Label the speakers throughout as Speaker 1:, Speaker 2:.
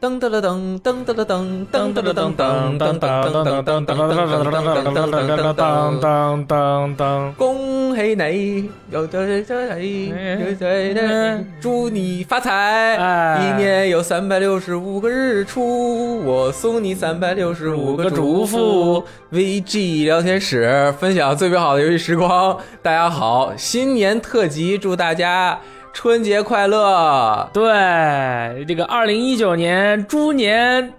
Speaker 1: 噔噔噔噔噔噔噔噔
Speaker 2: 噔噔
Speaker 1: 噔噔噔噔
Speaker 2: 噔噔噔噔
Speaker 1: 噔噔
Speaker 2: 噔
Speaker 1: 噔噔噔噔
Speaker 2: 噔噔
Speaker 1: 噔噔
Speaker 2: 噔
Speaker 1: 噔
Speaker 2: 噔
Speaker 1: 噔。
Speaker 2: 噔噔噔。
Speaker 1: 恭喜你，又在这里，又在这里，祝你发财！
Speaker 2: 哎
Speaker 1: 一年有三百六十五个日出，我送你三百六十五个祝福。VG 聊天室分享最美好的游戏时光。大家好，新年特辑，祝大家春节快乐！
Speaker 2: 对，这个二零一九年猪年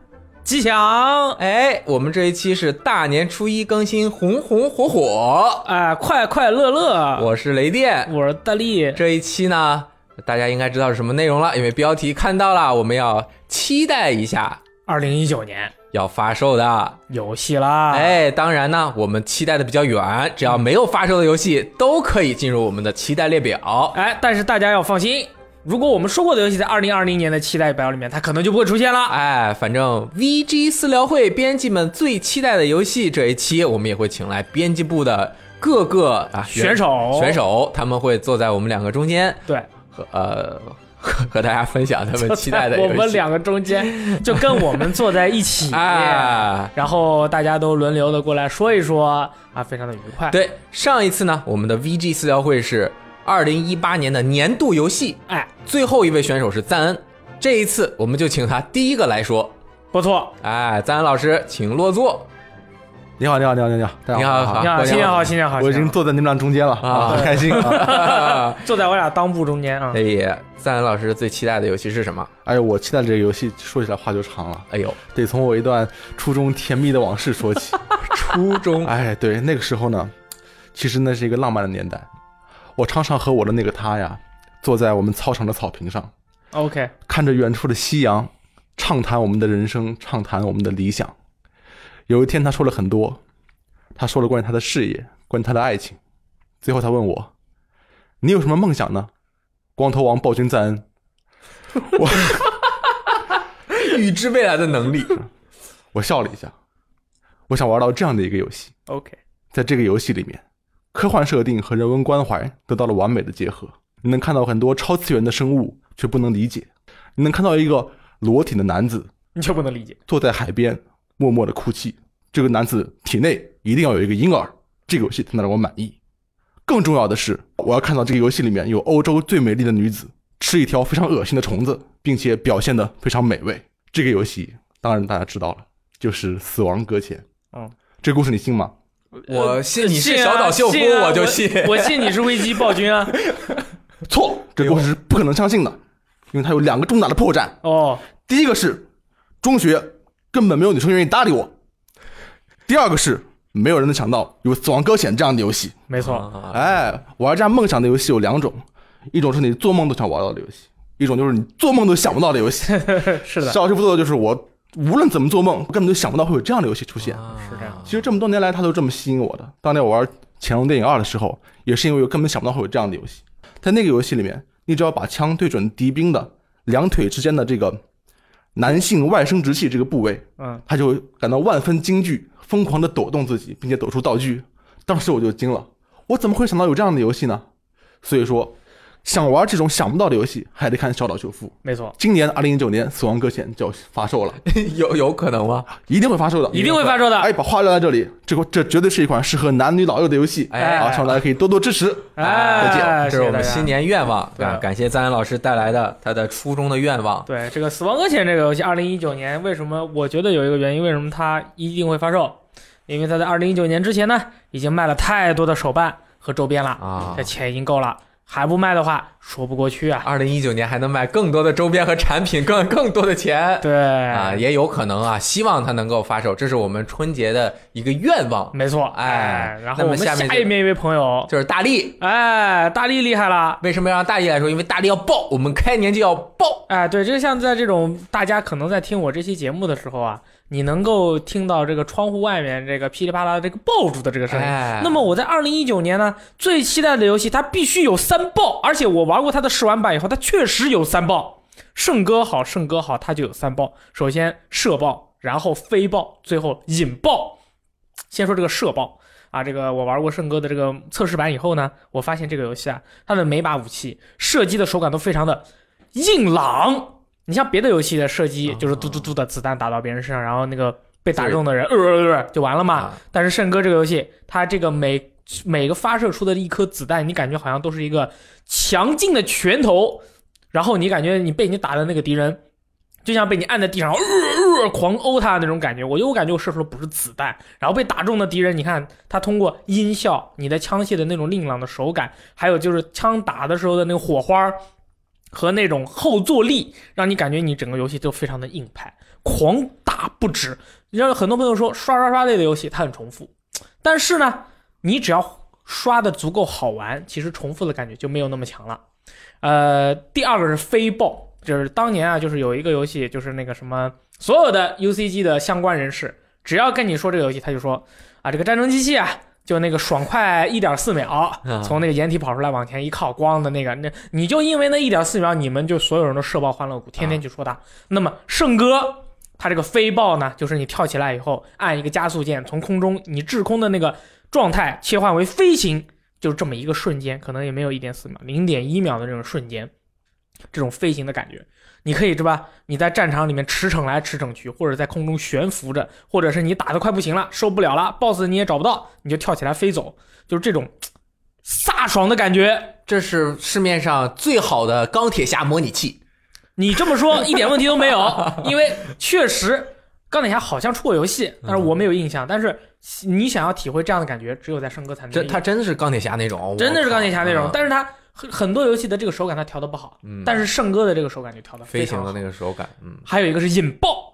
Speaker 2: 吉祥，
Speaker 1: 哎，我们这一期是大年初一更新，红红火火。
Speaker 2: 哎，快快乐乐。
Speaker 1: 我是雷电，
Speaker 2: 我是大力，
Speaker 1: 这一期呢，大家应该知道是什么内容了，因为标题看到了，我们要期待一下
Speaker 2: 二零一九年
Speaker 1: 要发售的。
Speaker 2: 有戏啦！，
Speaker 1: 哎，当然呢，我们期待的比较远，只要没有发售的游戏都可以进入我们的期待列表。
Speaker 2: 哎，但是大家要放心，如果我们说过的游戏在二零二零年的期待表里面，它可能就不会出现了。
Speaker 1: 哎，反正 VG 私聊会编辑们最期待的游戏这一期，我们也会请来编辑部的各个啊
Speaker 2: 选手，
Speaker 1: 选，手，他们会坐在我们两个中间，
Speaker 2: 对，
Speaker 1: 和呃和和大家分享他们期待 的游
Speaker 2: 我
Speaker 1: 戏。
Speaker 2: 们两个中间就跟我们坐在一起
Speaker 1: 啊
Speaker 2: 然后大家都轮流的过来说一说啊，非常的愉快。，
Speaker 1: 对，上一次呢，我们的 VG 私聊会是二零一八年的年度游戏，
Speaker 2: 哎，
Speaker 1: 最后一位选手是赞恩。这一次我们就请他第一个来说。
Speaker 2: 不错。
Speaker 1: 哎，赞恩老师，请落座。
Speaker 3: 你好，你好，你好，你好，大家
Speaker 1: 你好
Speaker 2: 你好，
Speaker 1: 关键
Speaker 2: 新年
Speaker 1: 了
Speaker 2: 好，新年好，
Speaker 3: 我已
Speaker 2: 新
Speaker 3: 经
Speaker 2: 年好
Speaker 3: 坐在你们俩中间了
Speaker 1: 啊
Speaker 3: 啊，很开心啊！
Speaker 2: 坐在我俩裆部中间啊
Speaker 1: 所。以，哎赞恩老师最期待的游戏是什么？
Speaker 3: 哎呦，我期待这个游戏，说起来话就长了，
Speaker 1: 哎呦，
Speaker 3: 得从我一段初中甜蜜的往事说 起。
Speaker 1: 初中
Speaker 3: 哎，对，那个时候呢，其实那是一个浪漫的年代，我常常和我的那个他呀，坐在我们操场的草坪上，
Speaker 2: OK，
Speaker 3: 看着远处的夕阳，畅谈我们的人生，畅谈我们的理想。有一天，他说了很多，他说了关于他的事业，关于他的爱情。最后，他问我：“你有什么梦想呢？”光头王暴君赞恩，
Speaker 1: 预知未来的能力。
Speaker 3: 我笑了一下。我想玩到这样的一个游戏，
Speaker 2: OK，
Speaker 3: 在这个游戏里面，科幻设定和人文关怀得到了完美的结合。你能看到很多超次元的生物，却不能理解；你能看到一个裸体的男子
Speaker 2: 你就不能理解。
Speaker 3: 坐在海边默默的哭泣。这个男子体内一定要有一个婴儿，这个游戏才能让我满意。更重要的是，我要看到这个游戏里面有欧洲最美丽的女子吃一条非常恶心的虫子，并且表现的非常美味。这个游戏当然大家知道了，就是《死亡搁浅》。
Speaker 2: 嗯，
Speaker 3: 这故事你信吗？
Speaker 1: 我信你是
Speaker 2: 信啊
Speaker 1: 小岛秀夫，
Speaker 2: 信啊
Speaker 1: 我就
Speaker 2: 我
Speaker 1: 信。
Speaker 2: 我 信你是危机暴君啊。
Speaker 3: 错，
Speaker 2: 哎
Speaker 3: 这故事是不可能相信的，因为它有两个重大的破绽。
Speaker 2: 哦，
Speaker 3: 第一个是中学根本没有女生愿意搭理我；第二个是没有人能想到有《死亡搁浅》这样的游戏。
Speaker 2: 没错，
Speaker 1: 啊
Speaker 3: 哎，玩家梦想的游戏有两种，一种是你做梦都想玩到的游戏，一种就是你做梦都想不到的游戏。
Speaker 2: 是的，
Speaker 3: 小师傅做的就是我无论怎么做梦，根本就想不到会有这样的游戏出现。
Speaker 2: 是这样。
Speaker 3: 其实这么多年来，它都这么吸引我的。当年我玩《潜龙电影二》的时候，也是因为我根本想不到会有这样的游戏。在那个游戏里面，你只要把枪对准敌兵的两腿之间的这个男性外生殖器这个部位，
Speaker 2: 嗯，
Speaker 3: 他就会感到万分惊惧，疯狂地抖动自己，并且抖出道具。当时我就惊了，我怎么会想到有这样的游戏呢？所以说，想玩这种想不到的游戏，还得看小岛秀夫。
Speaker 2: 没错，
Speaker 3: 今年二零一九年《死亡搁浅》就要发 售了，
Speaker 1: 有有可能吗？
Speaker 3: 一定会发售的，
Speaker 2: 一定会发售的。
Speaker 3: 哎，把话撂在这里，这个这绝对是一款适合男女老幼的游戏，
Speaker 1: 哎
Speaker 3: 啊，希望大家可以多多支持。
Speaker 2: 哎，
Speaker 3: 再见
Speaker 1: 这
Speaker 2: 谢
Speaker 1: 是
Speaker 2: 谢
Speaker 1: 我
Speaker 2: 大
Speaker 1: 们
Speaker 2: 家
Speaker 1: 新。年愿望，
Speaker 2: 对
Speaker 1: 啊感谢赞恩老师带来的他的初中的愿望。
Speaker 2: 对这个《死亡搁浅》这个游戏，二零一九年为什么？我觉得有一个原因，为什么它一定会发售？因为它在二零一九年之前呢，已经卖了太多的手办和周边了，
Speaker 1: 啊
Speaker 2: 这，钱已经够了，还不卖的话说不过去啊。
Speaker 1: 二零一九年还能卖更多的周边和产品，更更多的钱。
Speaker 2: 对
Speaker 1: 啊，也有可能啊，希望它能够发售，这是我们春节的一个愿望，
Speaker 2: 没错，
Speaker 1: 哎那
Speaker 2: 然后
Speaker 1: 么
Speaker 2: 我们
Speaker 1: 下
Speaker 2: 下
Speaker 1: 面就
Speaker 2: 面一位朋友，
Speaker 1: 就是大力。
Speaker 2: 哎，大力厉害了。
Speaker 1: 为什么要让大力来说？因为大力要爆，我们开年就要爆。
Speaker 2: 哎，对，这像在这种大家可能在听我这期节目的时候啊，你能够听到这个窗户外面这个噼里啪啦的这个爆竹的这个声音，
Speaker 1: 哎，
Speaker 2: 那么我在二零一九年呢，最期待的游戏它必须有三爆，而且我玩过它的试玩版以后，它确实有三爆。圣歌好，圣歌好，它就有三爆。首先射爆，然后飞爆，最后引爆。先说这个社报啊，这个我玩过圣哥的这个测试版以后呢，我发现这个游戏啊，它的每把武器射击的手感都非常的硬朗。你像别的游戏的射击，就是嘟嘟嘟的子弹打到别人身上，然后那个被打中的人呃呃呃就完了嘛。
Speaker 1: 啊
Speaker 2: 但是圣哥这个游戏，它这个每每个发射出的一颗子弹，你感觉好像都是一个强劲的拳头，然后你感觉你被你打的那个敌人，就像被你按在地上，呃呃呃狂殴他那种感觉。我就我感觉我射出的不是子弹，然后被打中的敌人，你看他通过音效、你的枪械的那种硬朗的手感，还有就是枪打的时候的那个火花儿和那种后坐力，让你感觉你整个游戏都非常的硬派，狂打不止。让很多朋友说刷刷刷类的游戏它很重复，但是呢，你只要刷的足够好玩，其实重复的感觉就没有那么强了。呃，第二个是飞爆，就是当年啊，就是有一个游戏，就是那个什么，所有的 UCG 的相关人士，只要跟你说这个游戏，他就说啊，这个战争机器啊，就那个爽快一点四秒，从那个掩体跑出来往前一靠，咣的那个，那你就因为那一点四秒，你们就所有人都社爆欢乐谷，天天去说他。那么圣哥。他这个飞爆呢，就是你跳起来以后按一个加速键，从空中你滞空的那个状态切换为飞行，就这么一个瞬间，可能也没有一点四秒，零点一秒的这种瞬间，这种飞行的感觉，你可以是吧？你在战场里面驰骋来驰骋去，或者在空中悬浮着，或者是你打的快不行了，受不了了，BOSS 你也找不到，你就跳起来飞走，就是这种飒爽的感觉。
Speaker 1: 这是市面上最好的钢铁侠模拟器。
Speaker 2: 你这么说一点问题都没有，因为确实钢铁侠好像出过游戏，
Speaker 1: 嗯
Speaker 2: 但是我没有印象。但是你想要体会这样的感觉，只有在生哥才能
Speaker 1: 真，
Speaker 2: 有
Speaker 1: 他真的是钢铁侠那种，我
Speaker 2: 真的是钢铁侠那种
Speaker 1: 靠，
Speaker 2: 但是他很很多游戏的这个手感他调的不好，
Speaker 1: 嗯，
Speaker 2: 但是圣哥的这个手感就调的
Speaker 1: 飞
Speaker 2: 非
Speaker 1: 行
Speaker 2: 常
Speaker 1: 的
Speaker 2: 好。
Speaker 1: 那个手感，嗯，
Speaker 2: 还有一个是引爆，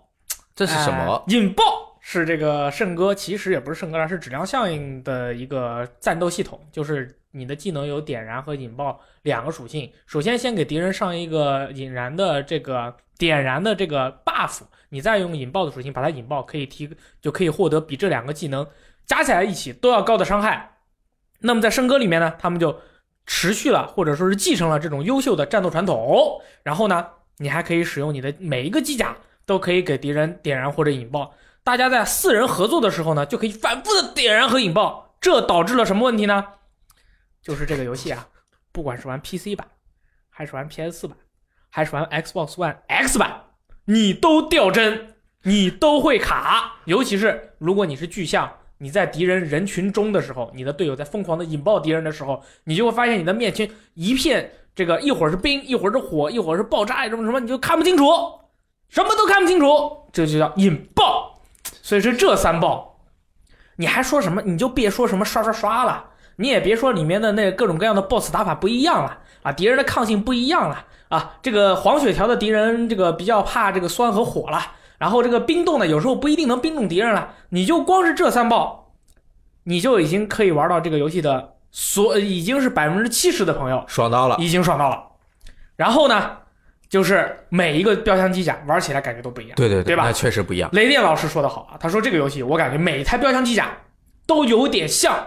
Speaker 1: 这是什么
Speaker 2: 哎？引爆是这个圣哥，其实也不是圣哥啦，是质量效应的一个战斗系统，就是你的技能有点燃和引爆两个属性。首先先给敌人上一个引燃的这个点燃的这个 buff，你再用引爆的属性把它引爆，可以提就可以获得比这两个技能加起来一起都要高的伤害。那么在圣歌里面呢，他们就持续了或者说是继承了这种优秀的战斗传统，然后呢，你还可以使用你的每一个机甲都可以给敌人点燃或者引爆。大家在四人合作的时候呢，就可以反复的点燃和引爆，这导致了什么问题呢？就是这个游戏啊，不管是玩 PC 版，还是玩 PS 版，还是玩 Xbox One X 版，你都掉帧，你都会卡。尤其是如果你是巨像，你在敌人人群中的时候，你的队友在疯狂的引爆敌人的时候，你就会发现你的面前一片这个一会儿是冰，一会儿是火，一会儿是爆炸，什么什么，你就看不清楚，什么都看不清楚，这就叫引爆。所以说这三爆，你还说什么？你就别说什么刷刷刷了，你也别说里面的那各种各样的 BOSS 打法不一样了啊，敌人的抗性不一样了啊，这个黄血条的敌人这个比较怕这个酸和火了，然后这个冰冻呢有时候不一定能冰冻敌人了，你就光是这三爆，你就已经可以玩到这个游戏的所已经是百分之七十的朋友
Speaker 1: 爽到了，
Speaker 2: 已经爽到了。然后呢，就是每一个标枪机甲玩起来感觉都不一样。
Speaker 1: 对对对
Speaker 2: 对吧
Speaker 1: 那确实不一样。
Speaker 2: 雷电老师说的好啊，他说这个游戏我感觉每一台标枪机甲都有点像《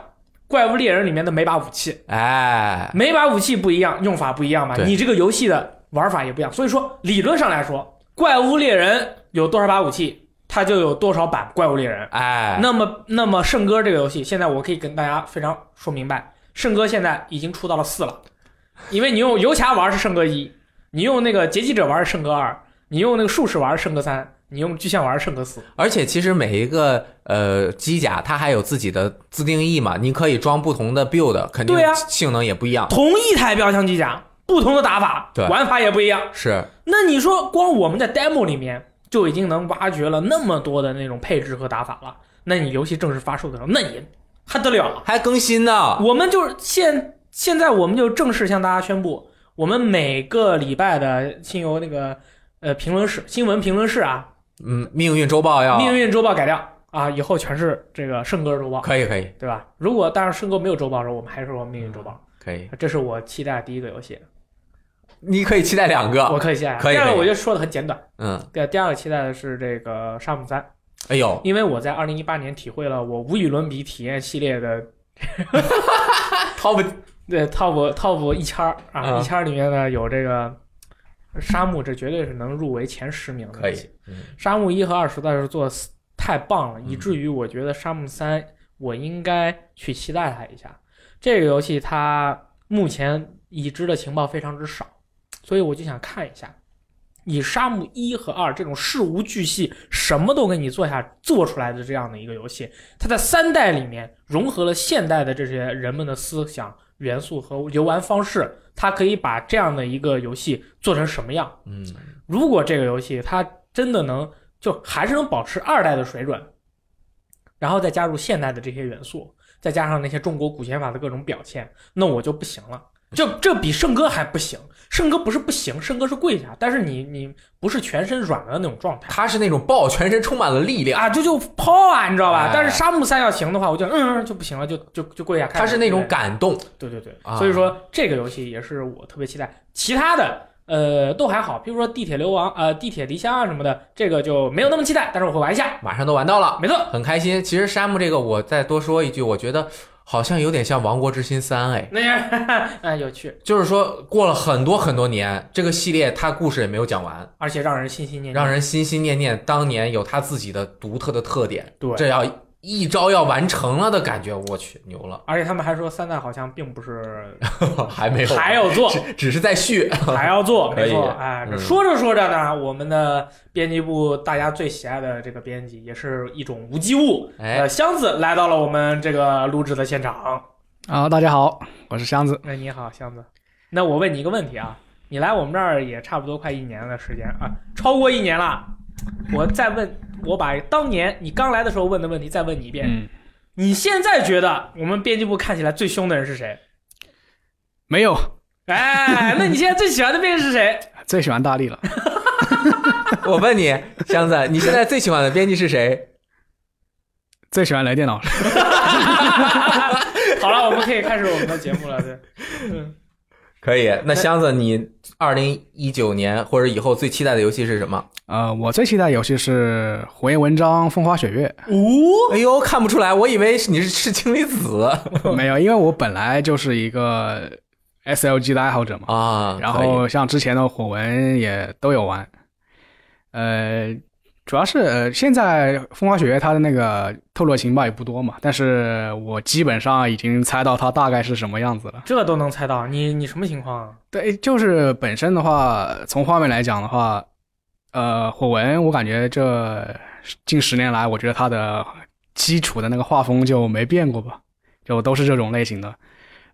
Speaker 2: 怪物猎人》里面的每把武器，
Speaker 1: 哎，
Speaker 2: 每把武器不一样，用法不一样嘛，
Speaker 1: 对
Speaker 2: 你这个游戏的玩法也不一样。所以说理论上来说，《怪物猎人》有多少把武器，它就有多少版《怪物猎人》。
Speaker 1: 哎，
Speaker 2: 那么，那么圣歌这个游戏，现在我可以跟大家非常说明白，圣歌现在已经出到了四了，因为你用游侠玩是圣歌一，你用那个劫机者玩是圣歌二，你用那个术士玩是圣歌三，你用巨像玩是圣歌四。
Speaker 1: 而且其实每一个呃机甲它还有自己的自定义嘛，你可以装不同的 build，肯定
Speaker 2: 对呀啊
Speaker 1: 性能也不一样。
Speaker 2: 同一台标枪机甲，不同的打法，
Speaker 1: 对
Speaker 2: 玩法也不一样。
Speaker 1: 是，
Speaker 2: 那你说，光我们在 demo 里面就已经能挖掘了那么多的那种配置和打法了，那你游戏正式发售的时候，那你还得了啊？
Speaker 1: 还更新呢。
Speaker 2: 我们就是现现在我们就正式向大家宣布，我们每个礼拜的新游那个呃评论室新闻评论室啊，
Speaker 1: 嗯，命运周报要
Speaker 2: 命运周报改掉啊，以后全是这个圣歌周报，
Speaker 1: 可以可以
Speaker 2: 对吧？如果当然圣歌没有周报的时候，我们还是说命运周报。
Speaker 1: 可以，
Speaker 2: 这是我期待的第一个游戏，
Speaker 1: 你可以期待两
Speaker 2: 我
Speaker 1: 个。
Speaker 2: 可以期待。
Speaker 1: 可以
Speaker 2: 第二
Speaker 1: 可
Speaker 2: 个
Speaker 1: 以
Speaker 2: 我就说的很简短，
Speaker 1: 嗯，
Speaker 2: 对，呃第二个期待的是这个《沙姆三》，
Speaker 1: 哎呦，
Speaker 2: 因为我在二零一八年体会了我无与伦比体验系列的
Speaker 1: 掏不
Speaker 2: 对 top top 一圈儿啊，
Speaker 1: 嗯
Speaker 2: 一圈儿里面呢有这个沙漠，这绝对是能入围前十名的。
Speaker 1: 可以，嗯
Speaker 2: 沙漠一和二实在是做得太棒了，
Speaker 1: 嗯
Speaker 2: 以至于我觉得沙漠三我应该去期待它一下。这个游戏它目前已知的情报非常之少，所以我就想看一下。以沙漠一和二这种事无巨细、什么都给你做下做出来的这样的一个游戏，它在三代里面融合了现代的这些人们的思想元素和游玩方式，它可以把这样的一个游戏做成什么样？
Speaker 1: 嗯，
Speaker 2: 如果这个游戏它真的能就还是能保持二代的水准，然后再加入现代的这些元素，再加上那些中国古剑法的各种表现，那我就不行了。这这比圣歌还不行，圣歌不是不行，圣歌是跪下，但是你你不是全身软的那种状态
Speaker 1: 他是那种抱，全身充满了力量，
Speaker 2: 啊，这就抛啊，你知道吧？
Speaker 1: 哎
Speaker 2: 但是沙漠三要行的话，我就嗯嗯就不行了，就就就跪下看。
Speaker 1: 他是那种感动，
Speaker 2: 对对对，
Speaker 1: 啊
Speaker 2: 所以说这个游戏也是我特别期待。其他的呃都还好，比如说地铁流亡、呃地铁离乡啊什么的，这个就没有那么期待，但是我会玩一下。
Speaker 1: 马上都玩到了，
Speaker 2: 没错，
Speaker 1: 很开心。其实沙漠这个，我再多说一句，我觉得好像有点像《王国之心三》哎，
Speaker 2: 那样哎有趣，
Speaker 1: 就是说过了很多很多年，这个系列它故事也没有讲完，
Speaker 2: 而且让人心心念念。
Speaker 1: 让人心心念念当年有它自己的独特的特点，
Speaker 2: 对
Speaker 1: 这要一招要完成了的感觉，我去牛了，
Speaker 2: 而且他们还说三代好像并 不是
Speaker 1: 还没有，
Speaker 2: 还要做，
Speaker 1: 只只是在续，
Speaker 2: 还要做，
Speaker 1: 可以
Speaker 2: 没错。哎，这
Speaker 1: 嗯
Speaker 2: 说着说着呢，我们的编辑部大家最喜爱的这个编辑，也是一种无机物，
Speaker 1: 哎
Speaker 2: 呃，，箱子来到了我们这个录制的现场。
Speaker 4: 啊，大家好，我是箱子。
Speaker 2: 那哎你好，啊箱子。那我问你一个问题啊，你来我们这儿也差不多快一年的时间啊，超过一年了。我再问，我把当年你刚来的时候问的问题再问你一遍。
Speaker 4: 嗯，
Speaker 2: 你现在觉得我们编辑部看起来最凶的人是谁？
Speaker 4: 没有，
Speaker 2: 哎，那你现在最喜欢的编辑是谁？
Speaker 4: 最喜欢大力了。
Speaker 1: 我问你，箱子，你现在最喜欢的编辑是谁？
Speaker 4: 最喜欢雷电脑，
Speaker 2: 好了，我们可以开始我们的节目了。对，嗯，
Speaker 1: 可以，那箱子，你二零一九年或者以后最期待的游戏是什么？
Speaker 4: 呃，我最期待的游戏是《火焰纹章：风花雪月
Speaker 2: 哦，
Speaker 1: 哎呦，看不出来，我以为你是吃氢离子》。
Speaker 4: 没有，因为我本来就是一个 SLG 的爱好者嘛，
Speaker 1: 啊。
Speaker 4: 然
Speaker 1: 可以
Speaker 4: 后像之前的火纹也都有玩。呃，主要是呃，现在风花雪月它的那个透露的情报也不多嘛，但是我基本上已经猜到它大概是什么样子了。
Speaker 2: 这都能猜到，你你什么情况啊？
Speaker 4: 对，就是本身的话，从画面来讲的话，呃，火纹我感觉这近十年来，我觉得它的基础的那个画风就没变过吧，就都是这种类型的。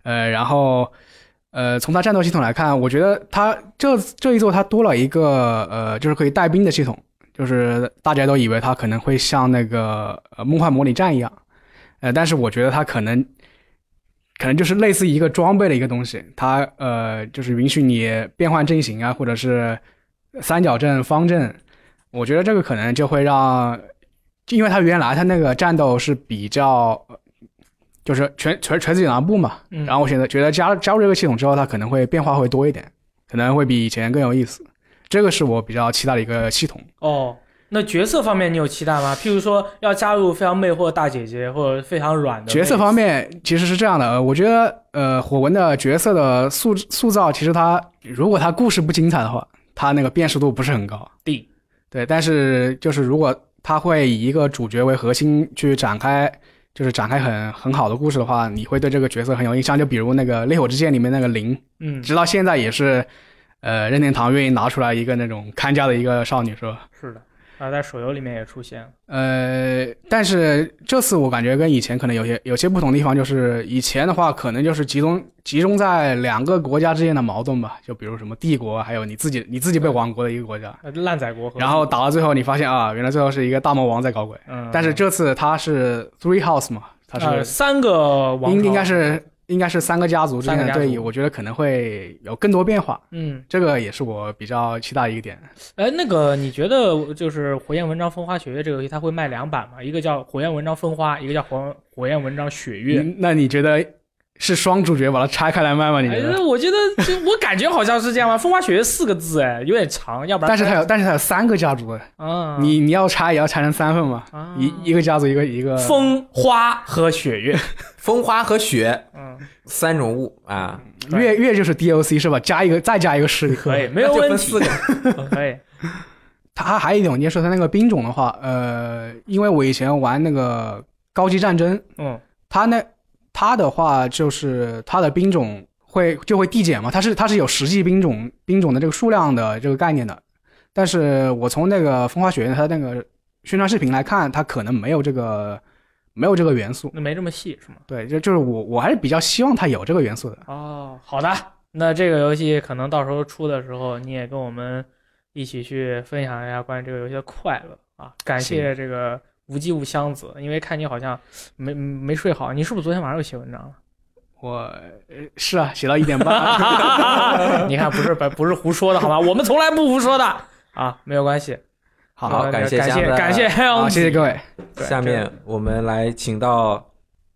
Speaker 4: 呃，然后呃，从它战斗系统来看，我觉得它这这一座它多了一个呃，就是可以带兵的系统，就是大家都以为它可能会像那个呃梦幻模拟战一样，呃，但是我觉得它可能可能就是类似一个装备的一个东西，它呃就是允许你变换阵型啊，或者是三角阵、方阵。我觉得这个可能就会让，因为它原来它那个战斗是比较，就是全全全自己拿步嘛，
Speaker 2: 嗯
Speaker 4: 然后我现在觉得加加入这个系统之后，它可能会变化会多一点，可能会比以前更有意思。这个是我比较期待的一个系统。
Speaker 2: 哦，那角色方面你有期待吗？譬如说要加入非常魅惑的大姐姐，或者非常软的
Speaker 4: 角色
Speaker 2: 妹子
Speaker 4: 方面其实是这样的，呃我觉得呃，火纹的角色的塑塑造，其实它如果它故事不精彩的话，它那个辨识度不是很高。
Speaker 2: D
Speaker 4: 对，但是就是如果它会以一个主角为核心去展开，就是展开很很好的故事的话，你会对这个角色很有印象。就比如那个《烈火之剑》里面那个灵，
Speaker 2: 嗯，
Speaker 4: 直到现在也是，呃，任天堂愿意拿出来一个那种看家的一个少女，是吧？
Speaker 2: 是的，啊，在手游里面也出现了。
Speaker 4: 呃，但是这次我感觉跟以前可能有些有些不同的地方，就是以前的话可能就是集中集中在两个国家之间的矛盾吧，就比如什么帝国，还有你自己你自己被亡国的一个国家，
Speaker 2: 呃烂仔国和
Speaker 4: 然后打到最后你发现啊，原来最后是一个大魔王在搞鬼，
Speaker 2: 嗯，
Speaker 4: 但是这次他是 Three House 嘛，他
Speaker 2: 呃
Speaker 4: 是
Speaker 2: 三个王
Speaker 4: 应
Speaker 2: 朝
Speaker 4: 应该是应该是三个家族之间
Speaker 2: 三个
Speaker 4: 的
Speaker 2: 家族
Speaker 4: 对弈，我觉得可能会有更多变化，
Speaker 2: 嗯，
Speaker 4: 这个也是我比较期待的一个点。
Speaker 2: 哎，那个你觉得就是《火焰纹章风花雪月》这个游戏，它会卖两版吗？一个叫《火焰纹章风花》，一个叫《火火焰纹章雪月》
Speaker 4: 嗯那你觉得是双主角把它拆开来卖吗？你觉
Speaker 2: 哎
Speaker 4: 得？，
Speaker 2: 我觉得就我感觉好像是这样 吧，《啊风花雪月》四个字，哎，有点长，要不然
Speaker 4: 但是它有，但是它有三个家族，哎
Speaker 2: 啊，
Speaker 4: 你你要拆也要拆成三份嘛，
Speaker 2: 啊
Speaker 4: 一一个家族一个一个。
Speaker 2: 风花和雪月，
Speaker 1: 风花和雪
Speaker 2: 嗯，
Speaker 1: 三种物啊，
Speaker 4: 月月就是 DLC 是吧？加一个再加一个势力。
Speaker 2: 可以，没
Speaker 1: 那
Speaker 2: 有
Speaker 1: 就
Speaker 2: 问
Speaker 1: 分
Speaker 2: 题
Speaker 1: 四，个。
Speaker 2: 可以，
Speaker 4: 它还有一种，你说它那个兵种的话，呃，因为我以前玩那个高级战争，
Speaker 2: 嗯
Speaker 4: 它那它的话就是它的兵种会就会递减嘛，它是它是有实际兵种兵种的这个数量的这个概念的，但是我从那个风花雪月它那个宣传视频来看，它可能没有这个没有这个元素。
Speaker 2: 那没这么细是吗？
Speaker 4: 对，就就是我我还是比较希望它有这个元素的。
Speaker 2: 哦，好的，那这个游戏可能到时候出的时候，你也跟我们一起去分享一下关于这个游戏的快乐啊！感谢这个无机无箱子，因为看你好像没没睡好，你是不是昨天晚上又写文章
Speaker 4: 我呃是啊，写到一点半，
Speaker 2: 了？ 你看不是不是胡说的好吗？我们从来不胡说的啊，没有关系。
Speaker 1: 好
Speaker 2: 那
Speaker 1: 感谢
Speaker 2: 感
Speaker 1: 箱
Speaker 2: 谢
Speaker 1: 子
Speaker 2: 感谢，哎
Speaker 4: 好，谢谢各位。
Speaker 2: 对
Speaker 1: 下面我们来请到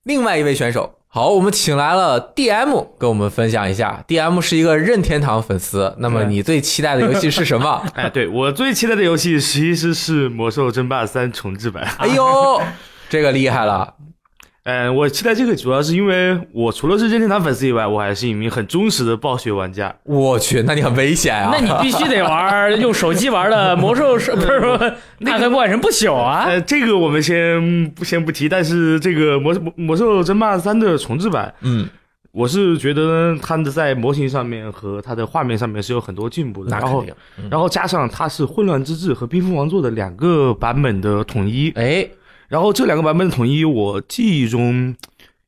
Speaker 1: 另外一位选手。好，我们请来了 DM，跟我们分享一下。DM 是一个任天堂粉丝，那么
Speaker 5: 对？
Speaker 1: 你最期待的游戏是什么
Speaker 5: 哎，对我最期待的游戏其实是《魔兽争霸三》重置版。
Speaker 1: 哎呦，
Speaker 5: 啊
Speaker 1: 这个厉害了！
Speaker 5: 嗯，我期待这个主要是因为我除了是任天堂粉丝以外，我还是一名很忠实的暴雪玩家。
Speaker 1: 我去，那你很危险啊！
Speaker 2: 那你必须得 玩用手机玩的魔兽 是不是不是暗黑破坏神不朽啊？
Speaker 5: 呃，这个我们先不先不提，但是这个魔《魔魔兽争霸三》的重置版，
Speaker 1: 嗯，
Speaker 5: 我是觉得它的在模型上面和它的画面上面是有很多进步的。
Speaker 1: 那
Speaker 5: 然
Speaker 1: 肯
Speaker 5: 后
Speaker 1: 定。嗯
Speaker 5: 然后加上它是混乱之治和冰封王座的两个版本的统一，
Speaker 1: 哎，
Speaker 5: 然后这两个版本的统一，我记忆中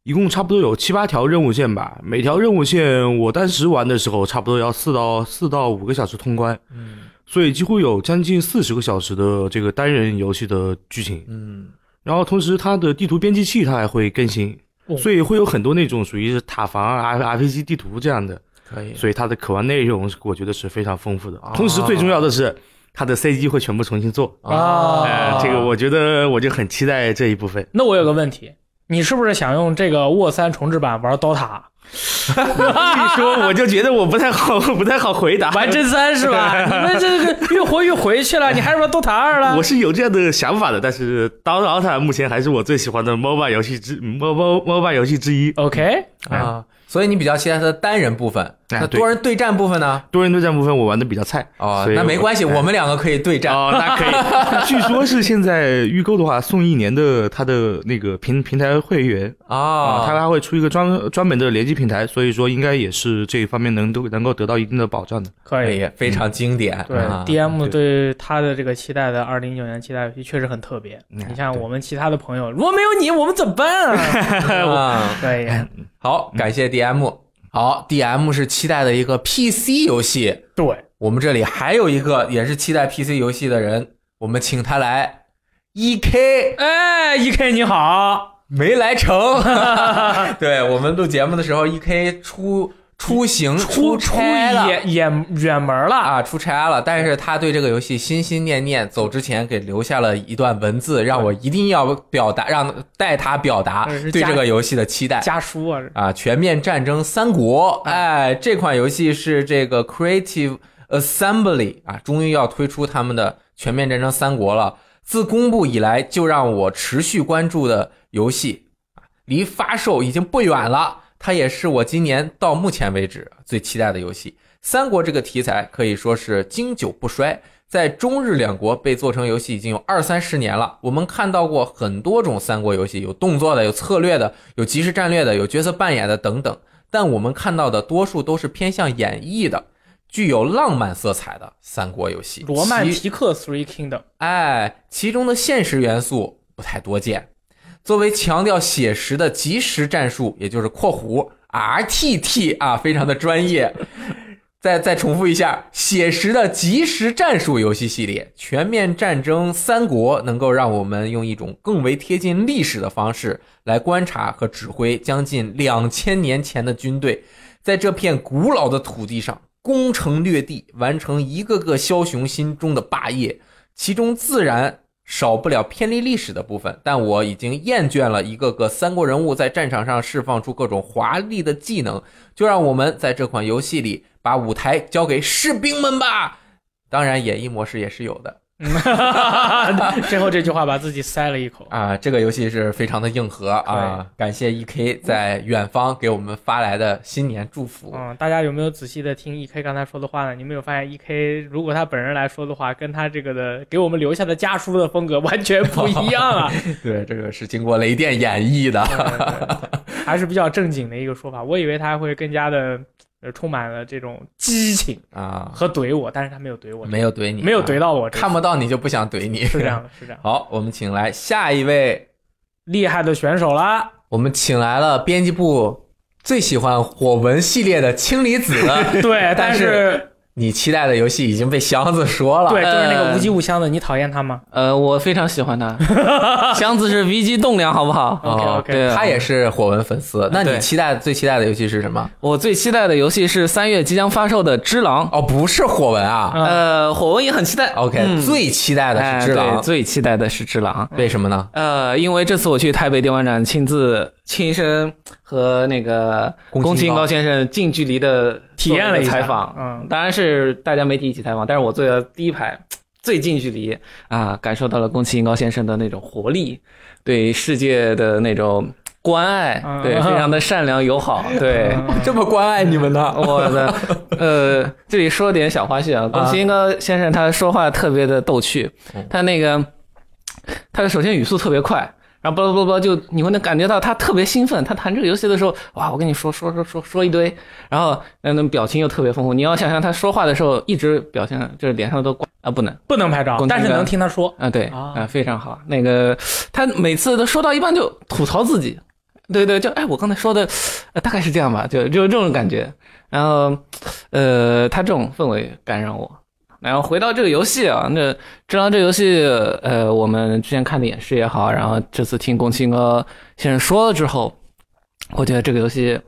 Speaker 5: 一共差不多有七八条任务线吧。每条任务线我当时玩的时候，差不多要四到四到五个小时通关，
Speaker 1: 嗯
Speaker 5: 所以几乎有将近四十个小时的这个单人游戏的剧情。
Speaker 1: 嗯，
Speaker 5: 然后同时它的地图编辑器它还会更新
Speaker 2: 哦，
Speaker 5: 所以会有很多那种属于是塔防啊、R R P G 地图这样的，
Speaker 1: 可以。
Speaker 5: 所以它的可玩内容我觉得是非常丰富的。同时最重要的是，它的 C G 会全部重新做。
Speaker 2: 啊
Speaker 5: 呃，这个我觉得我就很期待这一部 分。
Speaker 2: 那我有个问题，你是不是想用这个沃三重置版玩 DOTA
Speaker 5: 一说我就觉得我不太好， 不太好回答。
Speaker 2: 玩真三是 吧？你们这个越活越回去了，你还是玩 DOTA 二了？
Speaker 5: 我是有这样的想法的，但是《当然，塔》目前还是我最喜欢的 MOBA 游戏之 MOBA MOBA 游戏之一。
Speaker 2: OK，
Speaker 1: 啊，所以你比较期待它的单人部分，
Speaker 5: 哎
Speaker 1: 那
Speaker 5: 对
Speaker 1: 多人对战部分呢？
Speaker 5: 多人对战部分我玩的比较菜
Speaker 1: 哦
Speaker 5: 所，以
Speaker 1: 那没关系，
Speaker 5: 哎
Speaker 1: 我们两个可以对战。
Speaker 5: 哦，那可 以。 据说是现在预购的话，送一年的它的那个平平台会员啊，它
Speaker 1: 啊，
Speaker 5: 还会出一个专专门的联机平台，所以说应该也是这一方面能都能够得到一定的保障的。嗯
Speaker 2: 可
Speaker 1: 可
Speaker 2: 以。
Speaker 1: 以，非常经典。
Speaker 2: 对
Speaker 1: 啊
Speaker 2: ，DM
Speaker 5: 对
Speaker 2: 对他的这个期待的二零一九年期待游戏确实很特别。
Speaker 5: 嗯
Speaker 2: 你像
Speaker 5: 对
Speaker 2: 我们其他的朋友，如果没有你，我们怎么办 啊？
Speaker 1: 啊，
Speaker 2: 可以，
Speaker 1: 好，感谢 DM。好，DM 是期待的一个 PC 游戏。
Speaker 2: 对，
Speaker 1: 我们这里还有一个也是期待 PC 游戏的人，我们请他来。E.K
Speaker 2: 哎，EK 你好，
Speaker 1: 没来成， 对我们录节目的时候，E.K 出出行
Speaker 2: 出出
Speaker 1: 差了
Speaker 2: 远远远门了，
Speaker 1: 啊，出差了。但是他对这个游戏心心念念，走之前给留下了一段文字，让我一定要表达，让带他表达
Speaker 2: 呃是
Speaker 1: 啊对
Speaker 2: 加
Speaker 1: 这个游戏的期待。
Speaker 2: 家书啊，这啊
Speaker 1: 啊，《全面战争三国》哎，这款游戏是这个 Creative Assembly 啊，终于要推出他们的《全面战争三国》了。自公布以来，就让我持续关注的游戏，离发售已经不远了。它也是我今年到目前为止最期待的游戏。三国这个题材可以说是经久不衰，在中日两国被做成游戏已经有二三十年了。我们看到过很多种三国游戏，有动作的，有策略的，有即时战略的，有角色扮演的等等。但我们看到的多数都是偏向演绎的，具有浪漫色彩的三国游戏。
Speaker 2: 罗曼
Speaker 1: 其
Speaker 2: 提克 Three Kingdom，
Speaker 1: 哎，其中的现实元素不太多见。作为强调写实的即时战术，也就是（括弧 RTT） 啊，非常的专业。 再再重复一下，写实的即时战术游戏系列《全面战争三国》能够让我们用一种更为贴近历史的方式来观察和指挥将近两千年前的军队，在这片古老的土地上攻城略地，完成一个个枭雄心中的霸业。其中自然少不了偏离历史的部分，但我已经厌倦了一个个三国人物在战场上释放出各种华丽的技能，就让我们在这款游戏里把舞台交给士兵们吧。当然，演绎模式也是有的，
Speaker 2: 最啊后这句话把自己塞了一口。
Speaker 1: 啊，这个游戏是非常的硬核啊！感谢 E K 在远方给我们发来的新年祝福。
Speaker 2: 嗯，大家有没有仔细的听 E K 刚才说的话呢？你们有发现 E K 如果他本人来说的话，跟他这个的给我们留下的家书的风格完全不一样 啊！
Speaker 1: 对，这个是经过雷电演绎的。
Speaker 2: 对对对还是比较正经的一个说法。我以为他会更加的呃充满了这种激情
Speaker 1: 啊，
Speaker 2: 和怼我，但是他没有怼我，
Speaker 1: 没有怼你，
Speaker 2: 没有怼
Speaker 1: 到，
Speaker 2: 到我，这
Speaker 1: 看不到你就不想怼你，
Speaker 2: 是这样。的，是这样 的。
Speaker 1: 好，我们请来下一位，
Speaker 2: 厉害的选手啦！
Speaker 1: 我们请来了编辑部最喜欢火纹系列的氢离子。
Speaker 2: 对，但是
Speaker 1: 你期待的游戏已经被祥子说了，嗯
Speaker 2: 对，就是那个无机无香的，你讨厌他吗
Speaker 6: 呃，我非常喜欢他， 箱子是 VG 栋梁，好不好？
Speaker 2: ？OK
Speaker 1: 哦
Speaker 2: OK，
Speaker 6: 对啊嗯
Speaker 1: 他也是火纹粉丝。那你
Speaker 6: 对
Speaker 1: 期待最期待的游戏是什么？
Speaker 6: 我最期待的游戏是三月即将发售的《只狼》。
Speaker 1: 哦，不是火纹啊。
Speaker 2: 嗯
Speaker 6: 呃，火纹也很期待。
Speaker 1: OK，、
Speaker 6: 嗯
Speaker 1: 最期待的
Speaker 6: 哎
Speaker 1: 是只啊狼
Speaker 6: 对，最期待的是《只狼》。
Speaker 1: 为什么呢？
Speaker 6: 呃，因为这次我去台北电玩展，亲自亲身和那个
Speaker 1: 宫
Speaker 6: 宫
Speaker 1: 崎
Speaker 6: 崎
Speaker 1: 英
Speaker 6: 英
Speaker 1: 高
Speaker 6: 高先生近距离的
Speaker 2: 体验了一下
Speaker 6: 采访，
Speaker 2: 嗯
Speaker 6: 当然是大家媒体一起采访，但是我坐在第一排，最近距离啊，感受到了宫崎英高先生的那种活力，对世界的那种关爱，
Speaker 2: 嗯
Speaker 6: 对，非常的善良友好，对。
Speaker 2: 嗯
Speaker 1: 啊 这么关爱你们呢？
Speaker 6: 我 的，呃，这里说点小花絮啊，宫崎英高先生他说话特别的逗趣
Speaker 1: 嗯，
Speaker 6: 他那个他的首先语速特别快。然后巴拉巴拉巴拉，就你会能感觉到他特别兴奋。他谈这个游戏的时候，哇，我跟你说说说说说一堆，然后嗯，那表情又特别丰富。你要想象他说话的时候，一直表情就是脸上都挂啊，不能
Speaker 2: 不能拍照，
Speaker 6: 宫崎
Speaker 2: 但是
Speaker 6: 英高
Speaker 2: 能听他说。
Speaker 6: 啊，对
Speaker 2: 啊
Speaker 6: 啊，非常好。那个他每次都说到一半就吐槽自己，对对，就哎，我刚才说的、呃大概是这样吧，就就这种感觉。然后，呃，他这种氛围感染我。然后回到这个游戏啊，那《知狼》这个游戏，呃，我们之前看的演示也好，然后这次听宫崎哥先生说了之后，我觉得这个游戏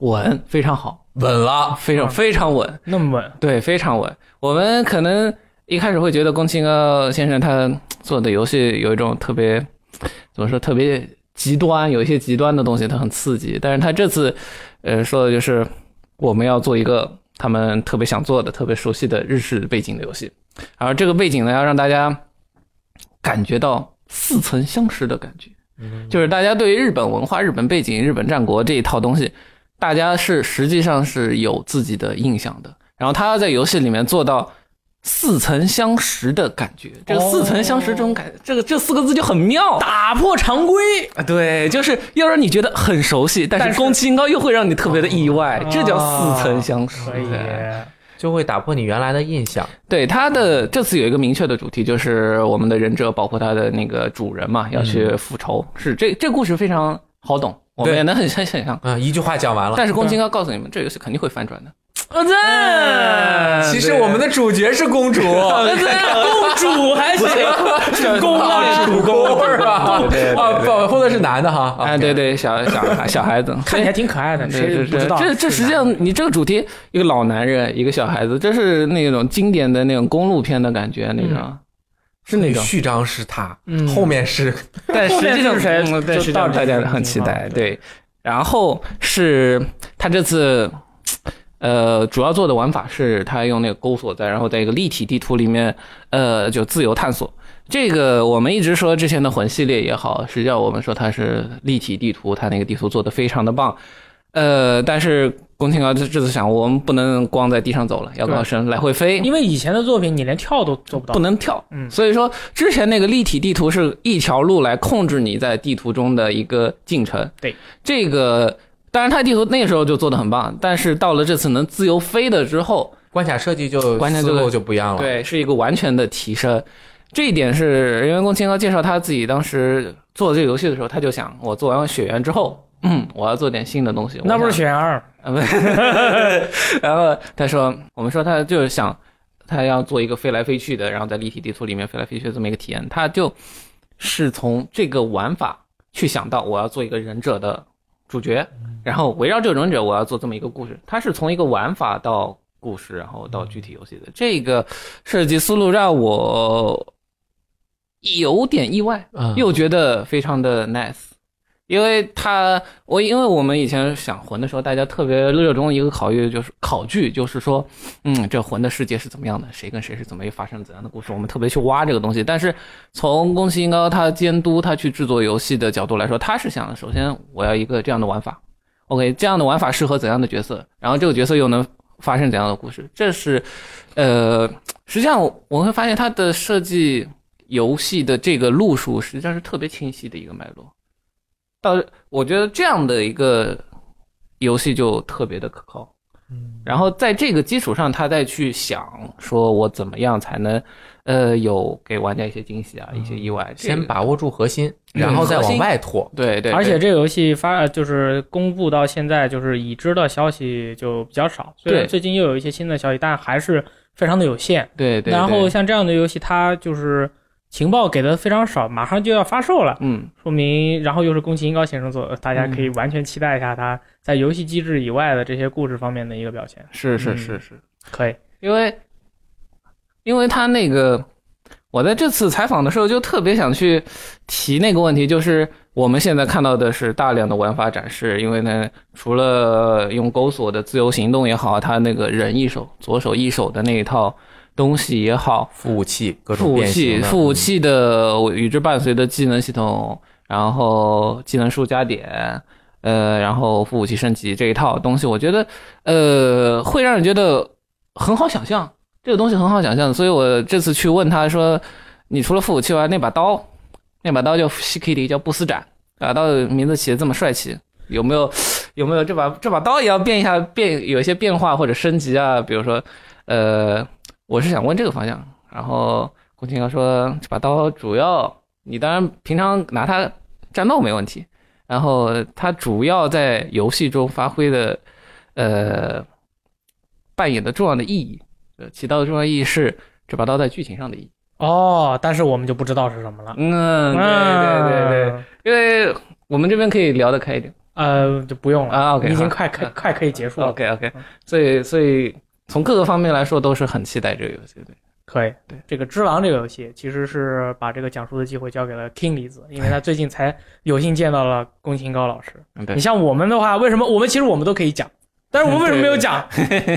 Speaker 6: 稳非常好，
Speaker 1: 稳了，
Speaker 6: 非常非常稳。
Speaker 2: 嗯那么稳，
Speaker 6: 对，非常稳。我们可能一开始会觉得宫崎英高先生他做的游戏有一种特别，怎么说，特别极端，有一些极端的东西，他很刺激。但是他这次，呃，说的就是我们要做一个他们特别想做的、特别熟悉的日式背景的游戏，而这个背景呢，要让大家感觉到似曾相识的感觉，
Speaker 2: 嗯
Speaker 6: 就是大家对于日本文化、日本背景、日本战国这一套东西，大家是实际上是有自己的印象的。然后他要在游戏里面做到似曾相识的感觉，这个
Speaker 2: 哦
Speaker 6: 似曾相识这种感，这个这四个字就很妙。
Speaker 2: 打破常规，
Speaker 6: 对，就是要让你觉得很熟悉，但
Speaker 2: 但
Speaker 6: 是
Speaker 2: 是
Speaker 6: 宫崎英高又会让你特别的意外，这叫似曾相识。
Speaker 2: 哦可以。
Speaker 1: 就会打破你原来的印象。
Speaker 6: 对他的这次有一个明确的主题，就是我们的忍者保护他的那个主人
Speaker 1: 嗯
Speaker 6: 嘛，要去复仇。是这这故事非常好懂，我们
Speaker 1: 对
Speaker 6: 也能很很想象。
Speaker 1: 嗯，一句话讲完了。
Speaker 6: 但是宫崎英高告诉你们，这游戏肯定会翻转的。
Speaker 2: 我
Speaker 6: 呃嗯
Speaker 2: 在，
Speaker 1: 其实我们的主角是公主，
Speaker 2: 我在，公主还行， 主公啊，
Speaker 1: 主公是吧？啊，保护的是男的哈。啊
Speaker 6: 哎，对对，小小孩小孩子
Speaker 2: 看起来挺可爱的，谁
Speaker 6: 对
Speaker 2: 也
Speaker 6: 对
Speaker 2: 不
Speaker 6: 对
Speaker 2: 知道。
Speaker 6: 这这实际上你这个主题，一个老男人，一个小孩子，这是那种经典的那种公路片的感觉，那种。是那种，
Speaker 1: 序章是他，
Speaker 2: 嗯
Speaker 1: 后面 是
Speaker 6: 但实际上
Speaker 2: 后面是谁
Speaker 6: 嗯
Speaker 2: 就
Speaker 6: 对，实际上
Speaker 2: 到底
Speaker 6: 大
Speaker 2: 是
Speaker 6: 家
Speaker 2: 什么
Speaker 6: 很
Speaker 2: 情
Speaker 6: 期
Speaker 2: 况
Speaker 6: 待，对。然后是他这次，呃，主要做的玩法是他用那个钩索在，然后在一个立体地图里面，呃，就自由探索。这个我们一直说之前的魂系列也好，实际上我们说它是立体地图，它那个地图做的非常的棒。呃，但是宫崎高这这次想，我们不能光在地上走了，要高升来回飞，
Speaker 2: 因为以前的作品，你连跳都做不到
Speaker 6: 不。能跳。
Speaker 2: 嗯
Speaker 6: 所以说之前那个立体地图是一条路来控制你在地图中的一个进程。
Speaker 2: 对，
Speaker 6: 这个当然它地图那时候就做的很棒，但是到了这次能自由飞的之后，
Speaker 1: 关卡设计就
Speaker 6: 关卡
Speaker 1: 思
Speaker 6: 就
Speaker 1: 路就不一样了。，
Speaker 6: 对，是一个完全的提升。这一点是因为宫崎英高介绍他自己当时做这个游戏的时候，他就想，我做完血缘之后，嗯，我要做点新的东西。
Speaker 2: 那不
Speaker 6: 我
Speaker 2: 是
Speaker 6: 想
Speaker 2: 雪人二，
Speaker 6: 啊，不 然后他说，我们说他就是想，他要做一个飞来飞去的，然后在立体地图里面飞来飞去的这么一个体验，他就是从这个玩法去想到我要做一个忍者的主角，然后围绕这个忍者我要做这么一个故事，他是从一个玩法到故事，然后到具体游戏的这个设计思路让我有点意外，
Speaker 1: 嗯
Speaker 6: 又觉得非常的 nice。因为他我因为我们以前想魂的时候，大家特别热衷一个考虑就是考据，就是说，嗯，这魂的世界是怎么样的，谁跟谁是怎么发生怎样的故事，我们特别去挖这个东西。但是从宫崎英高他监督他去制作游戏的角度来说，他是想首先我要一个这样的玩法，OK，这样的玩法适合怎样的角色，然后这个角色又能发生怎样的故事，这是，呃，实际上我我会发现它的设计游戏的这个路数实际上是特别清晰的一个脉络。到我觉得这样的一个游戏就特别的可靠。
Speaker 2: 嗯
Speaker 6: 然后在这个基础上，他再去想说我怎么样才能呃有给玩家一些惊喜啊，
Speaker 2: 嗯
Speaker 6: 一些意外。这个
Speaker 1: 先把握住核心，然后再往外拓。
Speaker 6: 对对，
Speaker 2: 而且
Speaker 6: 对
Speaker 2: 这个游戏发呃就是公布到现在，就是已知的消息就比较少。虽然
Speaker 6: 对
Speaker 2: 最近又有一些新的消息，但还是非常的有限。
Speaker 6: 对对，
Speaker 2: 然后
Speaker 6: 对
Speaker 2: 像这样的游戏，它就是情报给的非常少，马上就要发售了，
Speaker 6: 嗯
Speaker 2: 说明然后又是宫崎英高先生做的，大家可以完全期待一下他在游戏机制以外的这些故事方面的一个表现。
Speaker 6: 是是
Speaker 2: 嗯
Speaker 6: 是是，
Speaker 2: 可以，
Speaker 6: 因为因为他那个，我在这次采访的时候就特别想去提那个问题，就是我们现在看到的是大量的玩法展示，因为呢，除了用钩锁的自由行动也好，他那个人一手、左手一手的那一套东西也好，
Speaker 1: 副武器各种
Speaker 6: 副武
Speaker 1: 变形
Speaker 6: 器、
Speaker 1: 的
Speaker 6: 副武器的与之伴随的技能系统，然后技能树加点，呃，然后副武器升级这一套东西，我觉得呃会让人觉得很好想象，这个东西很好想象，所以我这次去问他说，你除了副武器外，那把刀，那把刀叫西克里，叫不死斩，把刀的名字起的这么帅气。有没有有没有这把这把刀也要变一下变有一些变化或者升级啊？比如说，呃，我是想问这个方向。然后宫崎英高说，这把刀主要你当然平常拿它战斗没问题，然后它主要在游戏中发挥的，呃，扮演的重要的意义，呃，起到的重要意义是这把刀在剧情上的意义。
Speaker 2: 哦，但是我们就不知道是什么了。嗯
Speaker 6: 嗯，对对对对，因
Speaker 2: 对，
Speaker 6: 为我们这边可以聊得开一点。
Speaker 2: 呃，就不用了
Speaker 6: 啊，OK，
Speaker 2: 你已经
Speaker 6: 好
Speaker 2: 快快
Speaker 6: 嗯
Speaker 2: 快可以结束了。
Speaker 6: OK OK，
Speaker 2: 嗯
Speaker 6: 所以所以从各个方面来说都是很期待这个游戏的。
Speaker 2: 可以，
Speaker 6: 对
Speaker 2: 这个《只狼》这个游戏，其实是把这个讲述的机会交给了 King 李子，因为他最近才有幸见到了宫崎英高老师。
Speaker 6: 嗯对
Speaker 2: 你像我们的话，为什么我们其实我们都可以讲，但是我们为什么没有 讲？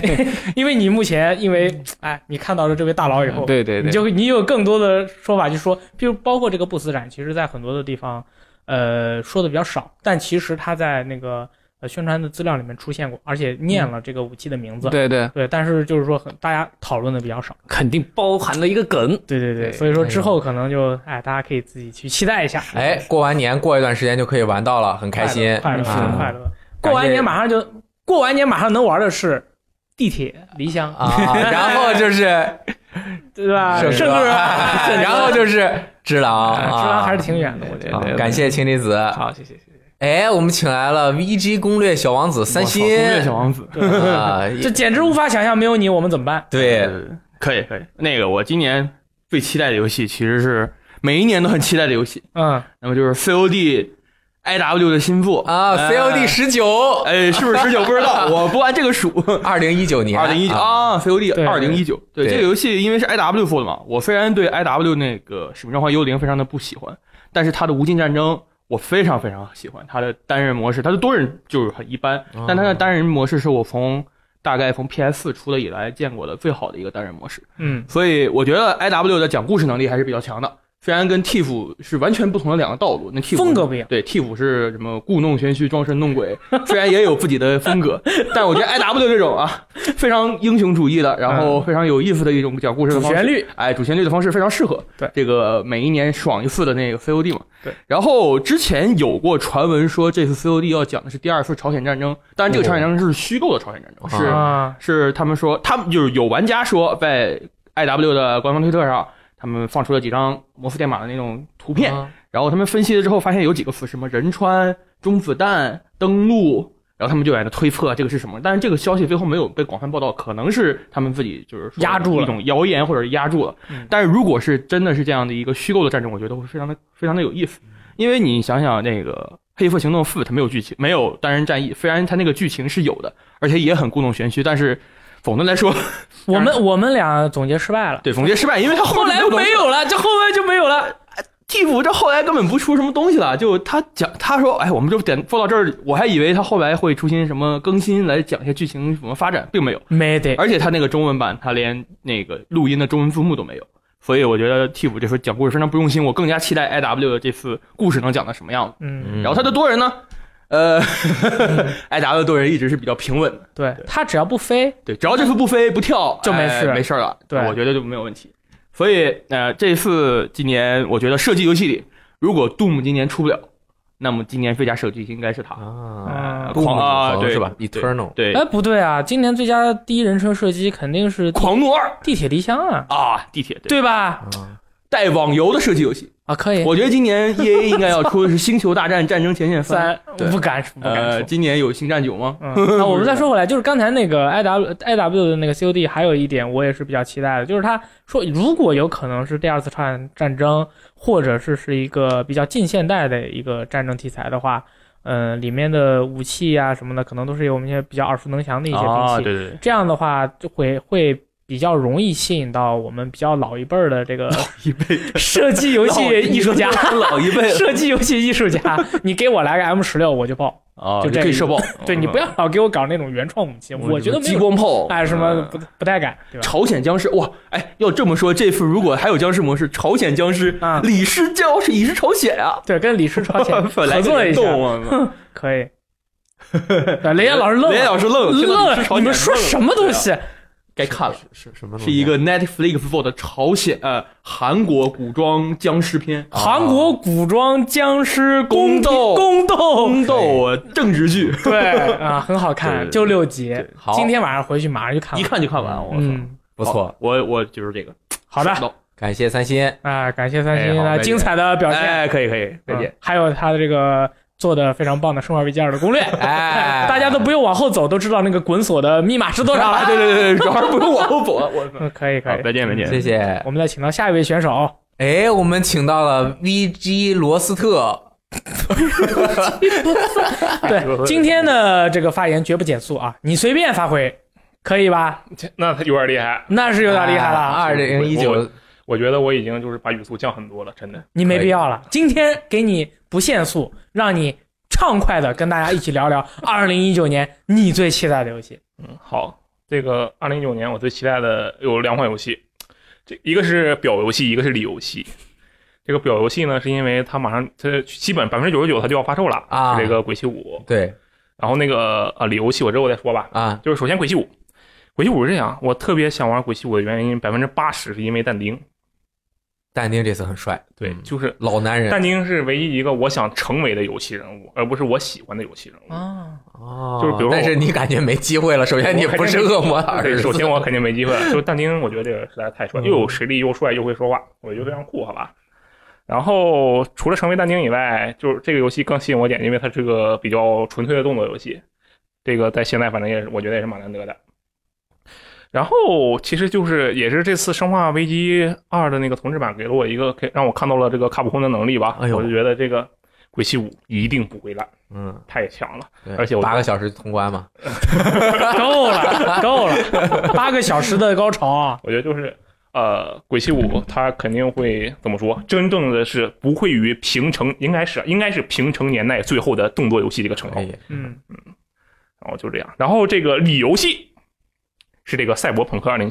Speaker 2: 因为你目前因为哎，你看到了这位大佬以后，
Speaker 6: 对对
Speaker 2: 你
Speaker 6: 对，
Speaker 2: 就你有更多的说法去说，比如包括这个不死斩，其实在很多的地方，呃，说的比较少，但其实他在那个呃宣传的资料里面出现过，而且念了这个武器的名字。
Speaker 6: 对对，
Speaker 2: 对，但是就是说很，大家讨论的比较少。
Speaker 6: 肯定包含了一个梗。
Speaker 2: 对对对，
Speaker 6: 对
Speaker 2: 所以说之后可能就哎，大家可以自己去期待一下，
Speaker 1: 哎，过完年过一段时间就可以玩到了，很开心。
Speaker 2: 快乐快
Speaker 1: 啊
Speaker 2: 乐快乐。过完年马上就过完年马上能玩的是地铁、离乡，
Speaker 1: 啊，然后就是
Speaker 2: 对吧？
Speaker 1: 圣
Speaker 2: 圣
Speaker 1: 歌，
Speaker 2: 歌，
Speaker 1: 然后就是只 狼，
Speaker 2: 哎
Speaker 1: 啊
Speaker 2: 知狼还是挺远的，我觉
Speaker 1: 啊
Speaker 2: 得。
Speaker 6: 对对
Speaker 1: 感谢青离子。
Speaker 6: 好，谢谢谢谢。
Speaker 1: 哎，我们请来了 VG 攻略小王子三
Speaker 3: 我操攻
Speaker 1: 星
Speaker 3: 略小王子，
Speaker 1: 啊，
Speaker 2: 这简直无法想象，没有你我们怎么办？
Speaker 1: 对，
Speaker 7: 呃可以可以。那个我今年最期待的游戏其实是每一年都很期待的游戏，
Speaker 2: 嗯，
Speaker 7: 那么就是 COD IW 的新作
Speaker 1: 啊
Speaker 7: 哎
Speaker 1: ，COD 十九，
Speaker 7: 哎，是不是十九不知道，我不按这个数。
Speaker 1: 二零一九年，
Speaker 7: 二零一九
Speaker 1: 啊，
Speaker 7: 啊
Speaker 2: 对
Speaker 7: ，COD 二零一九，对
Speaker 1: 对
Speaker 7: 这个游戏，因为是 IW 做的嘛，我虽然对 IW 那个《使命召唤：幽灵》非常的不喜欢，但是它的无尽战争我非常非常喜欢，它的单人模式，它的多人就是很一般，但它的单人模式是我从大概从 PS 4出了以来见过的最好的一个单人模式，
Speaker 2: 嗯，
Speaker 7: 所以我觉得 IW 的讲故事能力还是比较强的，虽然跟 TF 是完全不同的两个道路，那 TF
Speaker 2: 风格不一样。
Speaker 7: 对，TIF 是什么故弄玄虚、装神弄鬼， 虽然也有自己的风 格，但我觉得 IW 这种啊，非常英雄主义的，然后非常有意思的一种讲故事的
Speaker 2: 嗯主
Speaker 7: 方式，
Speaker 2: 旋律，
Speaker 7: 哎，主旋律的方式非常适合
Speaker 2: 对
Speaker 7: 这个每一年爽一次的那个 COD 嘛。
Speaker 2: 对，
Speaker 7: 然后之前有过传闻说这次 COD 要讲的是第二次朝鲜战争，当然这个朝鲜战争是虚构的朝鲜战争，是
Speaker 2: 啊，
Speaker 7: 是他们说，他们就是有玩家说，在 IW 的官方推特上，他们放出了几张摩斯电码的那种图 片，
Speaker 2: 啊
Speaker 7: 然后他们分析了之后，发现有几个词，什么仁川、中子弹、登陆，然后他们就在那推测这个是什么。但是这个消息最后没有被广泛报道，可能是他们自己就是说
Speaker 2: 压住了
Speaker 7: 一种谣言，或者是压住了。
Speaker 2: 嗯
Speaker 7: 但是如果是真的是这样的一个虚构的战争，我觉得会非常的非常的有意思，因为你想想那个。黑色行动四它没有剧情，没有单人战役。虽然它那个剧情是有的，而且也很故弄玄虚，但是总的来说，
Speaker 1: 嗯
Speaker 2: 我们我们俩总结失败了，
Speaker 7: 对总结失败，因为它后
Speaker 2: 后
Speaker 7: 面
Speaker 2: 来
Speaker 7: 没有东西哎
Speaker 2: 没有了，这后面就没有了。
Speaker 7: 替补这后来根本不出什么东西了，就他讲他说，哎，我们就点做到这儿，我还以为他后来会出现什么更新来讲一下剧情怎么发展，并没有。
Speaker 2: 没得，
Speaker 7: 而且他那个中文版，他连那个录音的中文字幕都没有，所以我觉得替补这回讲故事非常不用心。我更加期待 I W 的这次故事能讲到什么样子。
Speaker 2: 嗯，
Speaker 7: 然后他的多人呢，呃 ，I W 多人一直是比较平稳的，
Speaker 2: 对他只要不飞，
Speaker 7: 对，只要这次不飞不跳
Speaker 2: 就没
Speaker 7: 哎
Speaker 2: 事
Speaker 7: 没事儿了，
Speaker 2: 对
Speaker 7: 我觉得就没有问题。所以呃，这次今年我觉得射击游戏里，如果 Doom 今年出不了，那么今年最佳射击应该是他。
Speaker 1: 啊
Speaker 7: 呃
Speaker 2: 嗯
Speaker 1: 杜
Speaker 7: 狂
Speaker 1: 牧
Speaker 7: 啊，
Speaker 1: 好像
Speaker 7: 对
Speaker 1: 是吧
Speaker 7: 对
Speaker 1: ？Eternal
Speaker 7: 对，
Speaker 2: 哎，不对啊，今年最佳第一人称射击肯定是《
Speaker 7: 狂怒二
Speaker 2: 地铁离乡》啊，
Speaker 7: 啊，地铁对啊
Speaker 2: 对吧？
Speaker 7: 带网游的射击游戏，
Speaker 2: 啊，可以，
Speaker 7: 我觉得今年 E A 应该要出的是 《星球大战：战争前线三
Speaker 2: 三》。
Speaker 7: 对
Speaker 2: 不敢不敢
Speaker 7: 呃，
Speaker 2: 说。
Speaker 7: 今年有《星战九》吗？
Speaker 2: 嗯， 那我们再说回来，就是刚才那个 I W I W 的那个 C O D，还有一点我也是比较期待的，就是他说如果有可能是第二次战战争，或者是是一个比较近现代的一个战争题材的话，嗯、里面的武器啊什么的，可能都是有我们一些比较耳熟能详的一些兵器。
Speaker 7: 啊，对对对，
Speaker 2: 这样的话就会会比较容易吸引到我们比较老一辈儿的这个
Speaker 7: 一辈
Speaker 2: 射击游戏艺术家。
Speaker 7: 老一辈了
Speaker 2: 射击游戏艺术家，你给我来个 M 十六我就爆。
Speaker 7: 啊，
Speaker 2: 就这
Speaker 7: 可以射爆。
Speaker 2: 对你 不要老哦给我搞那种原创武器，我觉得没
Speaker 7: 激
Speaker 2: 有
Speaker 7: 光炮
Speaker 2: 哎什么
Speaker 7: 嗯
Speaker 2: 不不太敢，对吧？
Speaker 7: 朝鲜僵尸哇，哎，要这么说，这次如果还有僵尸模式，朝鲜僵尸
Speaker 2: 啊
Speaker 7: 李世教是李世朝鲜啊，
Speaker 2: 对，跟李氏朝鲜
Speaker 7: 本来
Speaker 2: 合作一下
Speaker 7: 就，动 啊
Speaker 2: 可以。 对雷岩老师愣
Speaker 7: 雷岩
Speaker 2: 了，
Speaker 7: 老师愣了，听到李
Speaker 2: 愣
Speaker 7: 世朝鲜
Speaker 2: 了，你们说
Speaker 7: 愣了啊
Speaker 2: 什么东西？
Speaker 7: 该看了。
Speaker 1: 是什么东西啊？
Speaker 7: 是一个 Netflix 做的朝鲜呃韩国古装僵尸片，啊
Speaker 2: 韩国古装僵尸宫
Speaker 7: 宫斗
Speaker 2: 宫斗，
Speaker 7: 宫斗啊政治剧，
Speaker 2: 对啊，很好
Speaker 7: 对对
Speaker 2: 看，
Speaker 7: 对
Speaker 2: 就六集。
Speaker 1: 好
Speaker 2: 今天晚上回去马上就看
Speaker 7: 一
Speaker 2: 了。
Speaker 7: 看就看完了。我操，
Speaker 2: 嗯，
Speaker 1: 不错
Speaker 7: 好，，我我就是这个。
Speaker 2: 好的
Speaker 7: 爽到
Speaker 1: 感谢三星。
Speaker 2: 啊，感谢三星
Speaker 7: 哎好
Speaker 2: 的
Speaker 7: 再见
Speaker 2: 精彩的表现，
Speaker 7: 哎，可以可以，再见
Speaker 2: 嗯。还有他的这个做的非常棒的《生化危机二》的攻略，
Speaker 1: 哎，
Speaker 2: 大家都不用往后走，都知道那个滚锁的密码是多少
Speaker 7: 啊，
Speaker 2: 了。
Speaker 7: 对对对对，主要是不用往后走啊了。我
Speaker 2: 嗯，可以可
Speaker 7: 好，
Speaker 2: 以，
Speaker 7: 再见再见。
Speaker 1: 谢谢。
Speaker 2: 我们再请到下一位选手，
Speaker 1: 哎，我们请到了 VG 罗斯特，
Speaker 2: 嗯
Speaker 8: 哎
Speaker 2: 对，今天的这个发言绝不减速啊，你随便发挥，可以吧？
Speaker 8: 那他有点厉害，
Speaker 2: 那是有点厉害了，啊
Speaker 1: 啊二零一九
Speaker 8: 啊我觉得我已经就是把语速降很多了，真的。
Speaker 2: 你没必要了。今天给你不限速，让你畅快的跟大家一起聊聊二零一九年你最期待的 游戏。
Speaker 8: 嗯，好，这个二零一九年我最期待的有两款游戏，这一个是表游戏，一个是里游戏。这个表游戏呢，是因为它马上它基本百分之九十九它就要发售了
Speaker 1: 啊
Speaker 8: 是这个《鬼泣五》，
Speaker 1: 对
Speaker 8: 然后那个呃里游戏，我之后再说吧。
Speaker 1: 啊，
Speaker 8: 就是首先《鬼泣五》，《鬼泣五》是这样，我特别想玩《鬼泣五》的原因，百分之八十是因为但丁，
Speaker 1: 但丁这次很帅，
Speaker 8: 对，
Speaker 1: 嗯
Speaker 8: 就是
Speaker 1: 老男人
Speaker 8: 但丁是唯一一个我想成为的游戏人物，而不是我喜欢的游戏人物。
Speaker 2: 啊，
Speaker 1: 哦
Speaker 8: 就是比如说我
Speaker 1: 但是你感觉没机会了。首先，你不是恶魔的儿
Speaker 8: 对，
Speaker 1: 子，
Speaker 8: 首 先我肯定没机会了。就但丁，我觉得这个实在太帅，
Speaker 2: 嗯
Speaker 8: 又有实力，又帅，又会说话，我觉得非常酷，好吧。然后除了成为但丁以外，就是这个游戏更吸引我一点，因为它是个比较纯粹的动作游戏，这个在现在反正也是我觉得也是蛮难得的。然后其实就是也是这次《生化危机二》的那个同志版给了我一个给让我看到了这个卡普空的能力吧，
Speaker 1: 哎呦
Speaker 8: 我就觉得这个《鬼泣五》一定不会烂，
Speaker 1: 嗯，
Speaker 8: 太强了。
Speaker 1: 对
Speaker 8: 而且我
Speaker 1: 八个小时通关嘛，
Speaker 2: 够了够了， 八个小时的高潮啊！
Speaker 8: 我觉得就是呃，鬼泣五它肯定会怎么说？真正的是不会于平成，应该是应该是平成年代最后的动作游戏的一个称号
Speaker 1: 可。以
Speaker 2: 嗯，
Speaker 8: 然后就这样，然后这个里游戏是这个《赛博朋克2077》，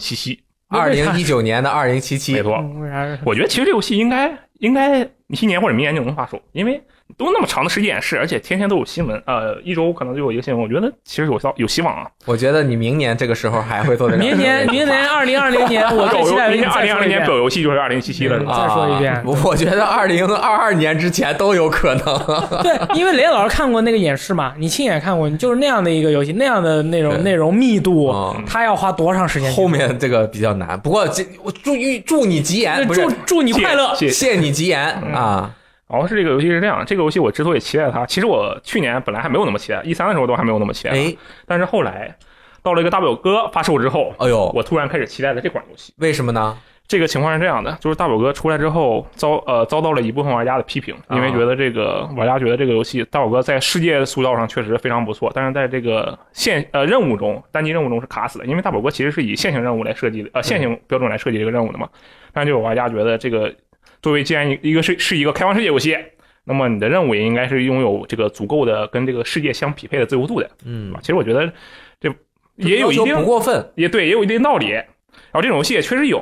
Speaker 1: 二零一九年的二零七
Speaker 8: 没
Speaker 1: 七，
Speaker 8: 错。
Speaker 2: 嗯为啥是
Speaker 8: 我觉得其实这游戏应该应该今年或者明年就能发售，因为都那么长的时间演示，而且天天都有新闻，呃，一周可能就有一个新闻。我觉得其实有希有希望啊。
Speaker 1: 我觉得你明年这个时候还会做得了。
Speaker 2: 明年，明年二零二零年，我最期待的
Speaker 8: 明年
Speaker 2: 再
Speaker 8: 二零
Speaker 2: 说
Speaker 8: 二
Speaker 2: 一
Speaker 8: 零年
Speaker 2: 遍嗯
Speaker 8: 表游戏就是2077了，是吧？
Speaker 1: 啊
Speaker 2: 再说一遍
Speaker 1: 我我觉得二零二二年之前都有可能。
Speaker 2: 对，因为雷老师看过那个演示嘛，你亲眼看过，你就是那样的一个游戏，那样的内容
Speaker 1: 对
Speaker 2: 内容密度，
Speaker 1: 嗯
Speaker 2: 他要花多长时间去？
Speaker 1: 后面这个比较难，不过这我祝祝你吉言，不是
Speaker 2: 呃祝祝你快乐！
Speaker 8: 谢谢
Speaker 1: 谢你吉言啊。
Speaker 8: 然后是这个游戏是这样，这个游戏我之所以期待它，其实我去年本来还没有那么期待，一三的时候都还没有那么期待，啊
Speaker 1: 哎，
Speaker 8: 但是后来到了一个大表哥发售之后，
Speaker 1: 哎呦，
Speaker 8: 我突然开始期待了这款游戏。
Speaker 1: 为什么呢？
Speaker 8: 这个情况是这样的，就是大表哥出来之后遭呃遭到了一部分玩家的批评，因
Speaker 1: 啊
Speaker 8: 为觉得这个玩家觉得这个游戏大表哥在世界塑造上确实非常不错，但是在这个线呃任务中单机任务中是卡死的，因为大表哥其实是以线性任务来设计的，呃线性标准来设计这个任务的嘛，但是就有玩家觉得这个。作为既然一个是是一个开放世界游戏，那么你的任务也应该是拥有这个足够的跟这个世界相匹配的自由度的，对
Speaker 1: 嗯
Speaker 8: 吧？，其实我觉得这也有一
Speaker 1: 要求
Speaker 8: 定
Speaker 1: 不过分，
Speaker 8: 也对，也有一定道理。然后这种游戏也确实有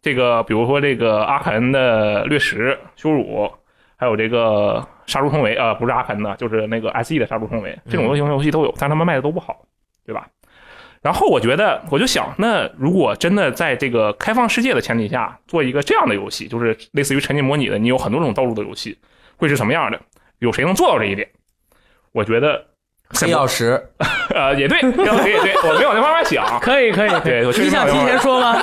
Speaker 8: 这个，比如说这个阿肯的掠食、羞辱，还有这个杀戮重围啊、呃不是阿肯的，就是那个 SE 的杀戮重围，这种
Speaker 1: 嗯
Speaker 8: 类型游戏都有，但是他们卖的都不好，对吧？然后我觉得，我就想，那如果真的在这个开放世界的前提下做一个这样的游戏，就是类似于沉浸模拟的，你有很多种道路的游戏，会是什么样的？有谁能做到这一点？我觉得
Speaker 1: 黑曜石，
Speaker 8: 呃，也对，也对，也对，我没往那方面想，
Speaker 2: 可以可以，
Speaker 8: 对我确实
Speaker 2: 你想提前说吗？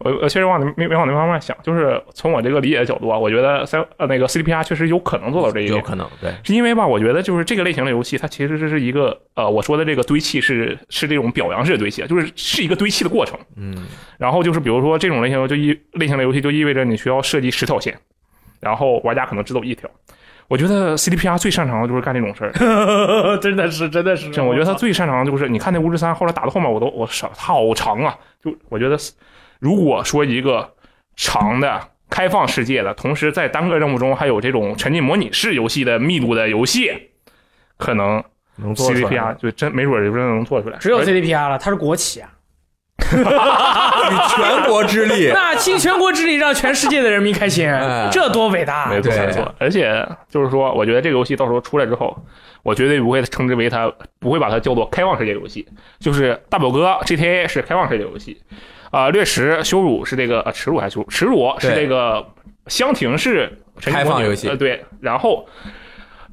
Speaker 8: 我我确实往那没没往那方面想，就是从我这个理解的角度啊，我觉得三呃那个 CDPR 确实有可能做到这一
Speaker 1: 有
Speaker 8: 点，
Speaker 1: 可能对，
Speaker 8: 是因为吧，我觉得就是这个类型的游戏，它其实是一个呃我说的这个堆砌是是这种表扬式的堆砌，啊就是是一个堆砌的过程。
Speaker 1: 嗯，
Speaker 8: 然后就是比如说这种类型就意类型的游戏就意味着你需要设计十条线，然后玩家可能只走一条。我觉得 CDPR 最擅长的就是干这种事儿，
Speaker 2: 真的是，真的是，
Speaker 8: 这我觉得他最擅长的就是，你看那巫师三后来打到后面，我都我操，好长啊！就我觉得，如果说一个长的开放世界的，同时在单个任务中还有这种沉浸模拟式游戏的密度的游戏，可能
Speaker 1: 能做出来
Speaker 8: CVPR 就真没准儿就真的能做出来。
Speaker 2: 只有
Speaker 8: 而
Speaker 2: CDPR 了，它是 国企啊。
Speaker 1: 举全国之力，
Speaker 2: 那尽全国之力让全世界的人民开心
Speaker 1: 哎，
Speaker 2: 这多伟大！啊
Speaker 8: 没错
Speaker 1: 对
Speaker 8: 没错，而且就是说，我觉得这个游戏到时候出来之后，我绝对不会称之为它，不会把它叫做开放世界游戏。就是大表哥 GTA 是开放世界游戏，啊、掠食羞辱是这个、呃、耻辱还是羞辱？耻辱是
Speaker 1: 对
Speaker 8: 这个香亭是沉浸
Speaker 1: 开
Speaker 8: 模拟
Speaker 1: 放游戏
Speaker 8: 呃对，然后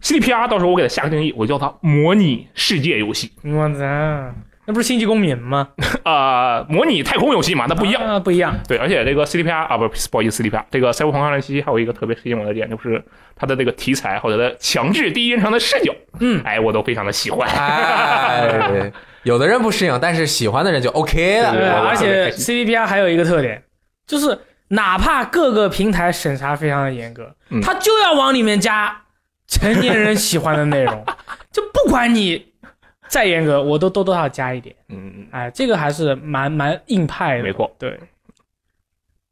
Speaker 8: CDPR 到时候我给它下个定义，我叫它模拟世界游戏
Speaker 2: 我操，那不是星际公民吗？
Speaker 8: 啊、模拟太空游戏嘛，那不一样。
Speaker 2: 啊，不一样。
Speaker 8: 对，而且这个 CDPR 啊，不是不好意思，CDPR 这个《赛博朋克2077》还有一个特别吸引我的点，就是它的这个题材或者它的强制第一人称的视角，
Speaker 2: 嗯
Speaker 8: 哎，我都非常的喜欢。
Speaker 1: 哎，有的人不适应，但是喜欢的人就 OK
Speaker 8: 对
Speaker 2: 对，
Speaker 1: 了。
Speaker 8: 我
Speaker 2: 而
Speaker 8: 特别开
Speaker 2: 且 CDPR 还有一个特点，就是哪怕各个平台审查非常的严格
Speaker 8: 嗯，
Speaker 2: 它就要往里面加成年人喜欢的内 容，就不管你再严格，我都都都要加一点。
Speaker 8: 嗯，
Speaker 2: 哎，这个还是蛮蛮硬派的。
Speaker 8: 没错，
Speaker 2: 对，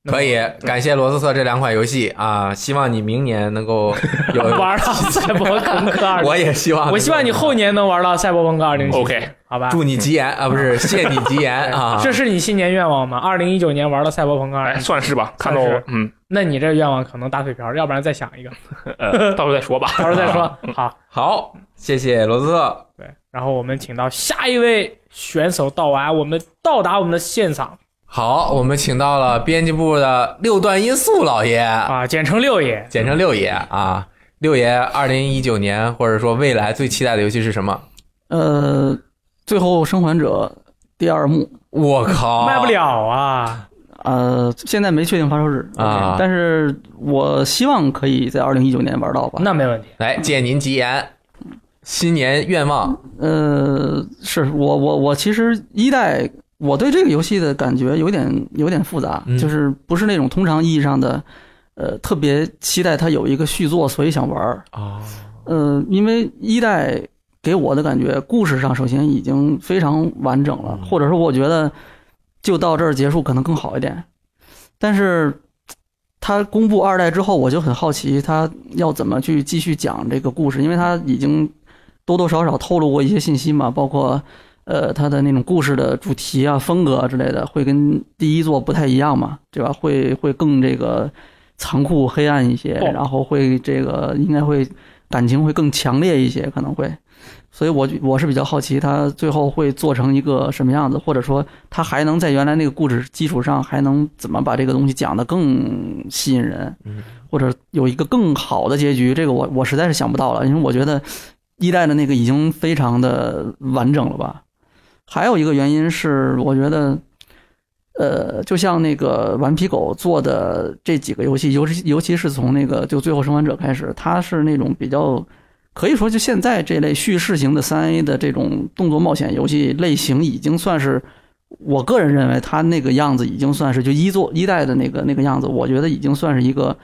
Speaker 1: 可以，
Speaker 2: 嗯
Speaker 1: 感谢罗斯特这两款游戏啊，希望你明年能够有，
Speaker 2: 玩到赛博朋克二，
Speaker 1: 呃我也希望，
Speaker 2: 我希望你后年能玩到赛博朋克二零七
Speaker 8: OK
Speaker 2: 好吧？哎
Speaker 1: 祝你吉言 啊，不是谢你吉言啊，
Speaker 2: 这是你新年愿望吗？二零一九年玩到赛博朋克二
Speaker 8: 哎，
Speaker 2: 零，
Speaker 8: 算是吧。看到
Speaker 2: 算是
Speaker 8: 嗯，
Speaker 2: 那你这愿望可能打水漂，要不然再想一个，
Speaker 8: 呃，到时候再说吧。
Speaker 2: 到时候再说。好，
Speaker 1: 啊好，谢谢罗斯特，
Speaker 2: 对，然后我们请到下一位选手到来，我们到达我们的现场
Speaker 1: 好，我们请到了编辑部的六段音速老爷，
Speaker 2: 啊，简称六爷。
Speaker 1: 简称六爷啊。六爷，二零一九年或者说未来最期待的游戏是什么？
Speaker 9: 呃，最后生还者第二幕，
Speaker 1: 我靠，
Speaker 2: 卖不了啊！
Speaker 9: 呃，现在没确定发售日
Speaker 1: 啊
Speaker 9: 但是我希望可以在二零一九年玩到吧。
Speaker 2: 那没问题，
Speaker 1: 来，借您吉言，新年愿望，
Speaker 9: 呃，是我我我其实一代我对这个游戏的感觉有点有点复杂，
Speaker 1: 嗯
Speaker 9: 就是不是那种通常意义上的，呃，特别期待它有一个续作，所以想玩儿。
Speaker 1: 哦，
Speaker 9: 呃，因为一代给我的感觉，故事上首先已经非常完整
Speaker 1: 嗯
Speaker 9: 了，或者说我觉得就到这儿结束可能更好一点。但是他公布二代之后，我就很好奇他要怎么去继续讲这个故事，因为他已经多多少少透露过一些信息嘛，包括呃他的那种故事的主题啊、风格之类的，会跟第一作不太一样嘛，对吧？会会更这个残酷、黑暗一些，
Speaker 2: 哦
Speaker 9: 然后会这个应该会感情会更强烈一些，可能会。所以我就，我是比较好奇，他最后会做成一个什么样子，或者说他还能在原来那个故事基础上，还能怎么把这个东西讲得更吸引人，或者有一个更好的结局？这个我我实在是想不到了，因为我觉得一代的那个已经非常的完整了吧。还有一个原因是，我觉得，呃，就像那个顽皮狗做的这几个游戏，尤其尤其是从那个就《最后生还者》开始，它是那种比较。可以说，就现在这类叙事型的三 A 的这种动作冒险游戏类型，已经算是我个人认为它那个样子已经算是就一作一代的那个那个样子，我觉得已经算是一个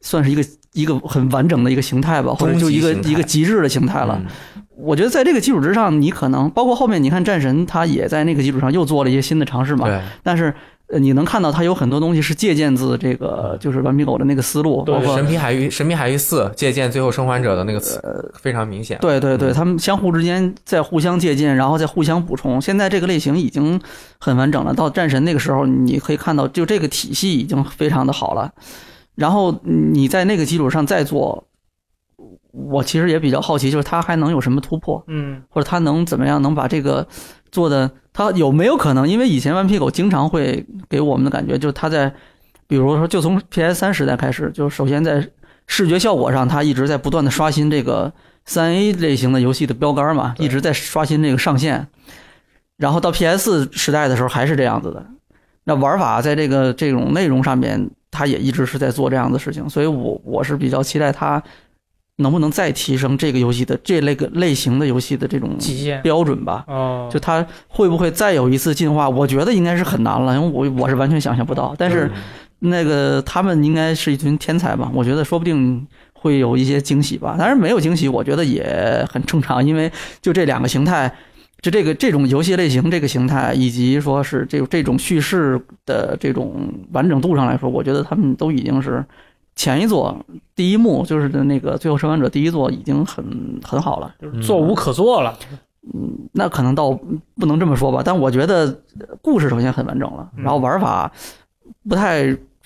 Speaker 9: 算是一个一个很完整的一个形态吧，或者就一个
Speaker 1: 终极形态
Speaker 9: 一个极致的形态了。
Speaker 1: 嗯
Speaker 9: 我觉得在这个基础之上，你可能包括后面你看战神，它也在那个基础上又做了一些新的尝试嘛。
Speaker 1: 对，
Speaker 9: 但是呃你能看到它有很多东西是借鉴自这个就是顽皮狗的那个思路，
Speaker 2: 对
Speaker 9: 包括
Speaker 1: 神秘海域》《神秘海域四》借鉴《最后生还者》的那个词非常明显。
Speaker 9: 对对
Speaker 1: 嗯
Speaker 9: 对，他们相互之间在互相借鉴，然后再互相补充。现在这个类型已经很完整了。到战神那个时候，你可以看到，就这个体系已经非常的好了。然后你在那个基础上再做，我其实也比较好奇，就是他还能有什么突破，
Speaker 2: 嗯，
Speaker 9: 或者他能怎么样能把这个做的，他有没有可能？因为以前顽皮狗经常会给我们的感觉，就是他在，比如说，就从 PS 三时代开始，就首先在视觉效果上，他一直在不断的刷新这个。三 A 类型的游戏的标杆嘛，一直在刷新这个上限。然后到 PS 时代的时候还是这样子的，那玩法在这个这种内容上面，它也一直是在做这样的事情，所以我我是比较期待它能不能再提升这个游戏的这类个类型的游戏的这种
Speaker 2: 极限
Speaker 9: 标准吧。
Speaker 2: 哦，
Speaker 9: 就它会不会再有一次进化？我觉得应该是很难了，因为我我是完全想象不到。但是那个他们应该是一群天才吧？我觉得说不定会有一些惊喜吧。当然没有惊喜，我觉得也很正常，因为就这两个形态，就这个这种游戏类型这个形态，以及说是这这种叙事的这种完整度上来说，我觉得他们都已经是。前一座第一幕就是那个《最后生还者》第一座已经很很好了，嗯
Speaker 2: 就是做无可做了，
Speaker 9: 那可能倒不能这么说吧，但我觉得呃故事首先很完整了，
Speaker 2: 嗯
Speaker 9: 然后玩法不太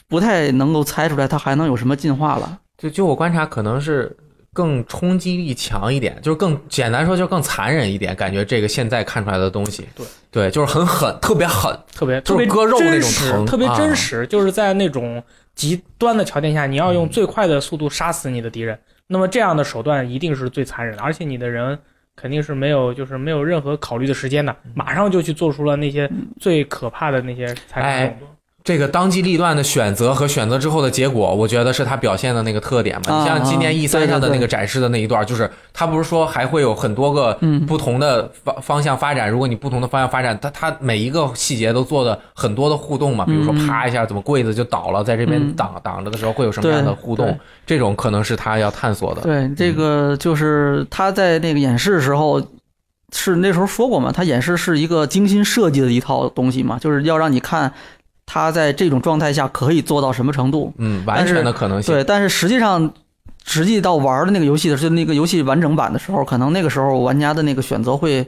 Speaker 9: 不太能够猜出来它还能有什么进化了。
Speaker 1: 就就我观察，可能是更冲击力强一点，就是更简单说，就是更残忍一点。感觉这个现在看出来的东西，
Speaker 2: 对
Speaker 1: 对，就是很狠，特别狠。
Speaker 2: 特别
Speaker 1: 就是
Speaker 2: 特别
Speaker 1: 割肉那
Speaker 2: 真
Speaker 1: 种
Speaker 2: 实，
Speaker 1: 疼
Speaker 2: 特别
Speaker 1: 啊
Speaker 2: 真实，就是在那种极端的条件下，你要
Speaker 1: 嗯
Speaker 2: 用最快的速度杀死你的敌人。那么这样的手段一定是最残忍的，而且你的人肯定是没有就是没有任何考虑的时间的，
Speaker 1: 嗯
Speaker 2: 马上就去做出了那些最可怕的那些残忍动作。
Speaker 1: 哎这个当机立断的选择和选择之后的结果，我觉得是他表现的那个特点嘛。
Speaker 9: 啊
Speaker 1: 你像今年
Speaker 9: 啊
Speaker 1: E 三上
Speaker 9: 对
Speaker 1: 的
Speaker 9: 对对
Speaker 1: 那个展示的那一段，就是他不是说还会有很多个
Speaker 9: 嗯，
Speaker 1: 不同的方方向发展，如果你不同的方向发展，它它每一个细节都做的很多的互动嘛，比如说
Speaker 9: 嗯
Speaker 1: 啪一下，怎么柜子就倒了，在这边
Speaker 9: 嗯
Speaker 1: 挡、挡着的时候会有什么样的
Speaker 9: 对
Speaker 1: 互动
Speaker 9: 对，
Speaker 1: 这种可能是他要探索的。
Speaker 9: 对，
Speaker 1: 嗯
Speaker 9: 这个就是他在那个演示时候是那时候说过嘛，他演示是一个精心设计的一套东西嘛，就是要让你看他在这种状态下可以做到什么程度。
Speaker 1: 嗯，完全的可能性。
Speaker 9: 对，但是实际上，实际到玩的那个游戏的时候，那个游戏完整版的时候，可能那个时候玩家的那个选择会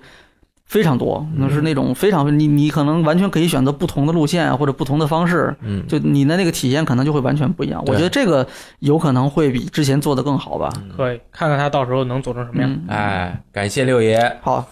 Speaker 9: 非常多，那是那种非常你你可能完全可以选择不同的路线啊或者不同的方式，
Speaker 1: 嗯，
Speaker 9: 就你的那个体验可能就会完全不一样。我
Speaker 1: 对
Speaker 9: 觉得这个有可能会比之前做的更好吧。
Speaker 2: 可以看看他到时候能做成什么样。
Speaker 9: 嗯，
Speaker 1: 哎，感谢六爷
Speaker 9: 好，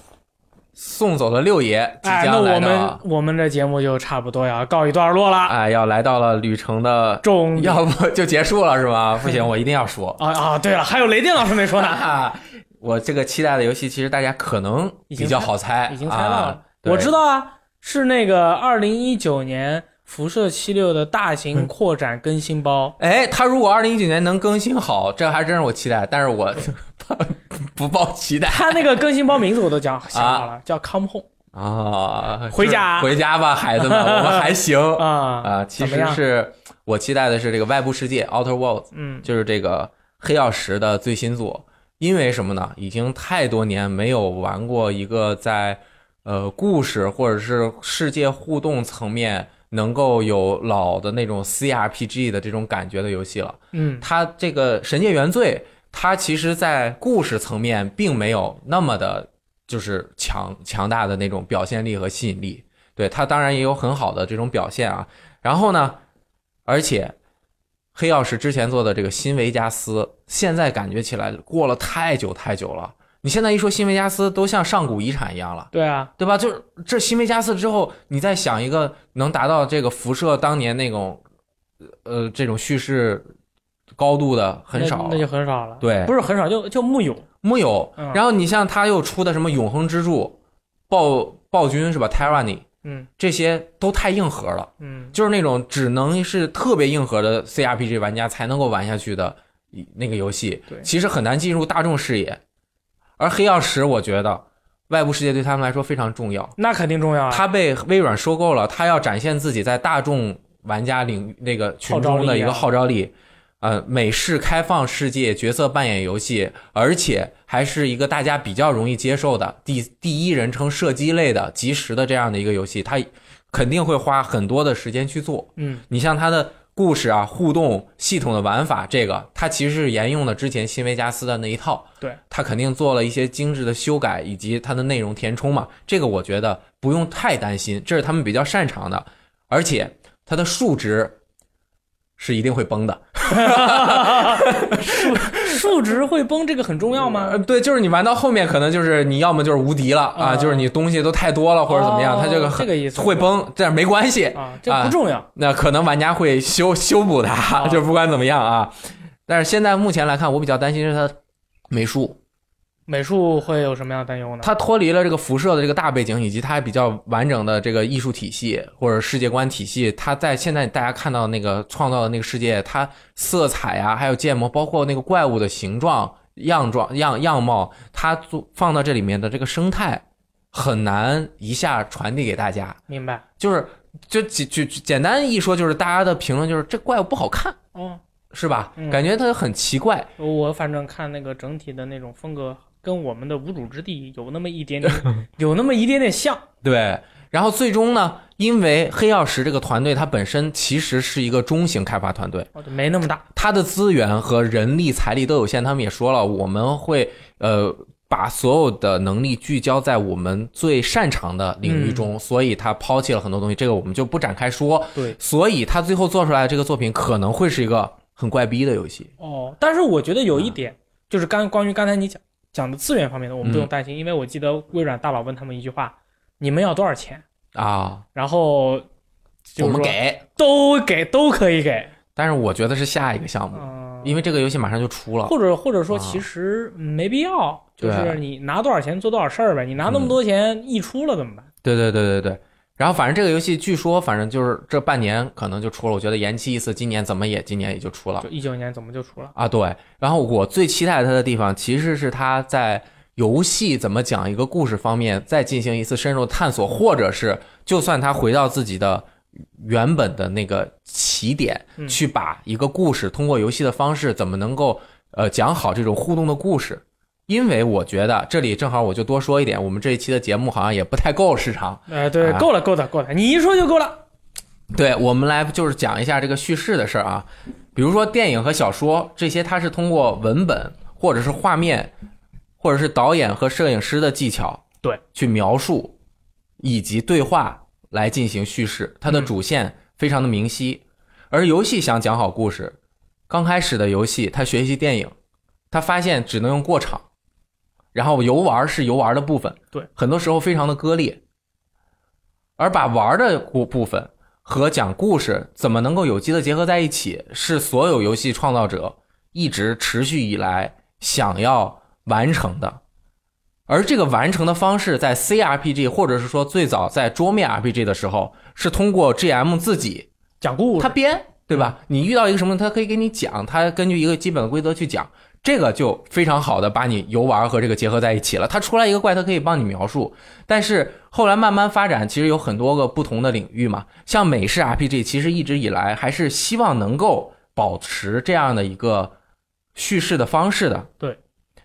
Speaker 1: 送走了六爷，即
Speaker 2: 哎，那
Speaker 1: 将
Speaker 2: 我
Speaker 1: 来啊到
Speaker 2: 们
Speaker 1: 了
Speaker 2: 我们的节目就差不多要告一段落了。
Speaker 1: 哎，要来到了旅程的，
Speaker 2: 终于
Speaker 1: 要不 就结束了是吧？不行，我一定要说。
Speaker 2: 啊啊！对了，还有雷电老师没说 呢，
Speaker 1: 啊，我这个期待的游戏，其实大家可能比较好猜，
Speaker 2: 已经猜到了。
Speaker 1: 啊对
Speaker 2: 我知道啊，是那个二零一九年辐射七六的大型扩展更新包。
Speaker 1: 嗯哎，他如果二零一九年能更新好，这还真是我期待，但是我 不抱期待
Speaker 2: 他那个更新包名字我都 讲想好了，叫 Come Home
Speaker 1: 啊。
Speaker 2: 回家
Speaker 1: 回家 吧，孩子们，我们还行
Speaker 2: 啊，
Speaker 1: 啊。其
Speaker 2: 怎么
Speaker 1: 实
Speaker 2: 样
Speaker 1: 是我期待的是这个外部世界 Outer Worlds，
Speaker 2: 嗯，
Speaker 1: 就是这个黑曜石的最新作。因为什么呢？已经太多年没有玩过一个在呃故事或者是世界互动层面能够有老的那种 CRPG 的这种感觉的游戏了。
Speaker 2: 嗯
Speaker 1: 它这个《神界原罪》，它其实在故事层面并没有那么的，就是强强大的那种表现力和吸引力。对它当然也有很好的这种表现啊。然后呢，而且黑曜石之前做的这个新维加斯，现在感觉起来过了太久太久了。你现在一说新维加斯，都像上古遗产一样了。
Speaker 2: 对啊，
Speaker 1: 对吧？就是这新维加斯之后，你再想一个能达到这个辐射当年那种，呃，这种叙事高度的很少啊
Speaker 2: 那，那就很少了。
Speaker 1: 对
Speaker 2: 不是很少，就就木有。
Speaker 1: 木有
Speaker 2: 嗯。
Speaker 1: 然后你像他又出的什么永恒之柱、暴暴君是吧？Tyranny
Speaker 2: 嗯
Speaker 1: 这些都太硬核了，
Speaker 2: 嗯，
Speaker 1: 就是那种只能是特别硬核的 CRPG 玩家才能够玩下去的一那个游戏
Speaker 2: 对，
Speaker 1: 其实很难进入大众视野。而黑曜石，我觉得外部世界对他们来说非常重要。
Speaker 2: 那肯定重要啊。
Speaker 1: 他被微软收购了，他要展现自己在大众玩家领域那个群众的一个号
Speaker 2: 啊
Speaker 1: 召力。呃，美式开放世界角色扮演游戏，而且还是一个大家比较容易接受的第第一人称射击类的即时的这样的一个游戏，它肯定会花很多的时间去做。
Speaker 2: 嗯，
Speaker 1: 你像它的故事啊、互动、系统的玩法，这个它其实是沿用了之前新维加斯的那一套。
Speaker 2: 对，
Speaker 1: 它肯定做了一些精致的修改以及它的内容填充嘛。这个我觉得不用太担心，这是他们比较擅长的，而且它的数值是一定会崩的。
Speaker 2: 数值会崩，这个很重要吗
Speaker 1: 呃，？对，就是你玩到后面，可能就是你要么就是无敌了啊，
Speaker 2: 啊
Speaker 1: 就是你东西都太多了或者怎么样，
Speaker 2: 哦
Speaker 1: 它这个
Speaker 2: 这
Speaker 1: 很
Speaker 2: 个意思
Speaker 1: 会崩，但没关系，
Speaker 2: 啊，这不重要。
Speaker 1: 那可能玩家会修 修补它，
Speaker 2: 啊
Speaker 1: 就不管怎么样啊。但是现在目前来看，我比较担心是它美术，
Speaker 2: 美术会有什么样的担忧呢？
Speaker 1: 它脱离了这个辐射的这个大背景，以及它比较完整的这个艺术体系或者世界观体系。它在现在大家看到那个创造的那个世界，它色彩啊，还有建模，包括那个怪物的形状、样状、样样貌，它做放到这里面的这个生态很难一下传递给大家。
Speaker 2: 明白。
Speaker 1: 就是就简就就简单一说，就是大家的评论就是这怪物不好看，
Speaker 2: 哦，
Speaker 1: 是吧？
Speaker 2: 嗯
Speaker 1: 感觉它很奇怪。
Speaker 2: 我反正看那个整体的那种风格，跟我们的无主之地有那么一点点，有那么一点点像。
Speaker 1: 对，然后最终呢，因为黑曜石这个团队它本身其实是一个中型开发团队，
Speaker 2: 哦，对没那么大。
Speaker 1: 它的资源和人力财力都有限，他们也说了，我们会呃。把所有的能力聚焦在我们最擅长的领域中，所以他抛弃了很多东西，这个我们就不展开说。
Speaker 2: 嗯对，
Speaker 1: 所以他最后做出来的这个作品可能会是一个很怪逼的游戏。嗯
Speaker 2: 哦，但是我觉得有一点，就是刚关于刚才你讲讲的资源方面的，我们不用
Speaker 1: 嗯
Speaker 2: 担心，因为我记得微软大佬问他们一句话：“你们要多少钱
Speaker 1: 啊，？”
Speaker 2: 然后
Speaker 1: 我
Speaker 2: 就是
Speaker 1: 们
Speaker 2: 说
Speaker 1: 给，
Speaker 2: 都给都可以给，
Speaker 1: 但是我觉得是下一个项目，
Speaker 2: 嗯，
Speaker 1: 因为这个游戏马上就出了。
Speaker 2: 或者或者说
Speaker 1: 啊
Speaker 2: 其实没必要，就
Speaker 1: 对嗯
Speaker 2: 是你拿多少钱做多少事儿呗，你拿那么多钱溢出了怎么办？
Speaker 1: 对对对对对。然后反正这个游戏据说，反正就是这半年可能就出了，我觉得延期一次，今年怎么也今年也就出了
Speaker 2: 就一九年怎么就出了？
Speaker 1: 啊。对，然后我最期待它的地方其实是它在游戏怎么讲一个故事方面再进行一次深入探索，或者是就算它回到自己的原本的那个起点，
Speaker 2: 嗯
Speaker 1: 去把一个故事通过游戏的方式怎么能够呃讲好这种互动的故事。因为我觉得这里正好我就多说一点，我们这一期的节目好像也不太够时长，
Speaker 2: 呃，对，
Speaker 1: 啊
Speaker 2: 够了，够了，够了，你一说就够了。
Speaker 1: 对我们来就是讲一下这个叙事的事儿啊，比如说电影和小说这些，它是通过文本或者是画面，或者是导演和摄影师的技巧，
Speaker 2: 对，
Speaker 1: 去描述以及对话来进行叙事，它的主线非常的明晰。而游戏想讲好故事，刚开始的游戏它学习电影，它发现只能用过场，然后游玩是游玩的部分，
Speaker 2: 对，
Speaker 1: 很多时候非常的割裂。而把玩的部部分和讲故事怎么能够有机的结合在一起，是所有游戏创造者一直持续以来想要完成的。而这个完成的方式，在 CRPG 或者是说最早在桌面 RPG 的时候，是通过 GM 自己
Speaker 2: 讲故
Speaker 1: 他
Speaker 2: 事，
Speaker 1: 编，对吧？你遇到一个什么，他可以给你讲，他根据一个基本的规则去讲，这个就非常好的把你游玩和这个结合在一起了。他出来一个怪，他可以帮你描述，但是后来慢慢发展，其实有很多个不同的领域嘛。像美式 RPG，其实一直以来还是希望能够保持这样的一个叙事的方式的。
Speaker 2: 对，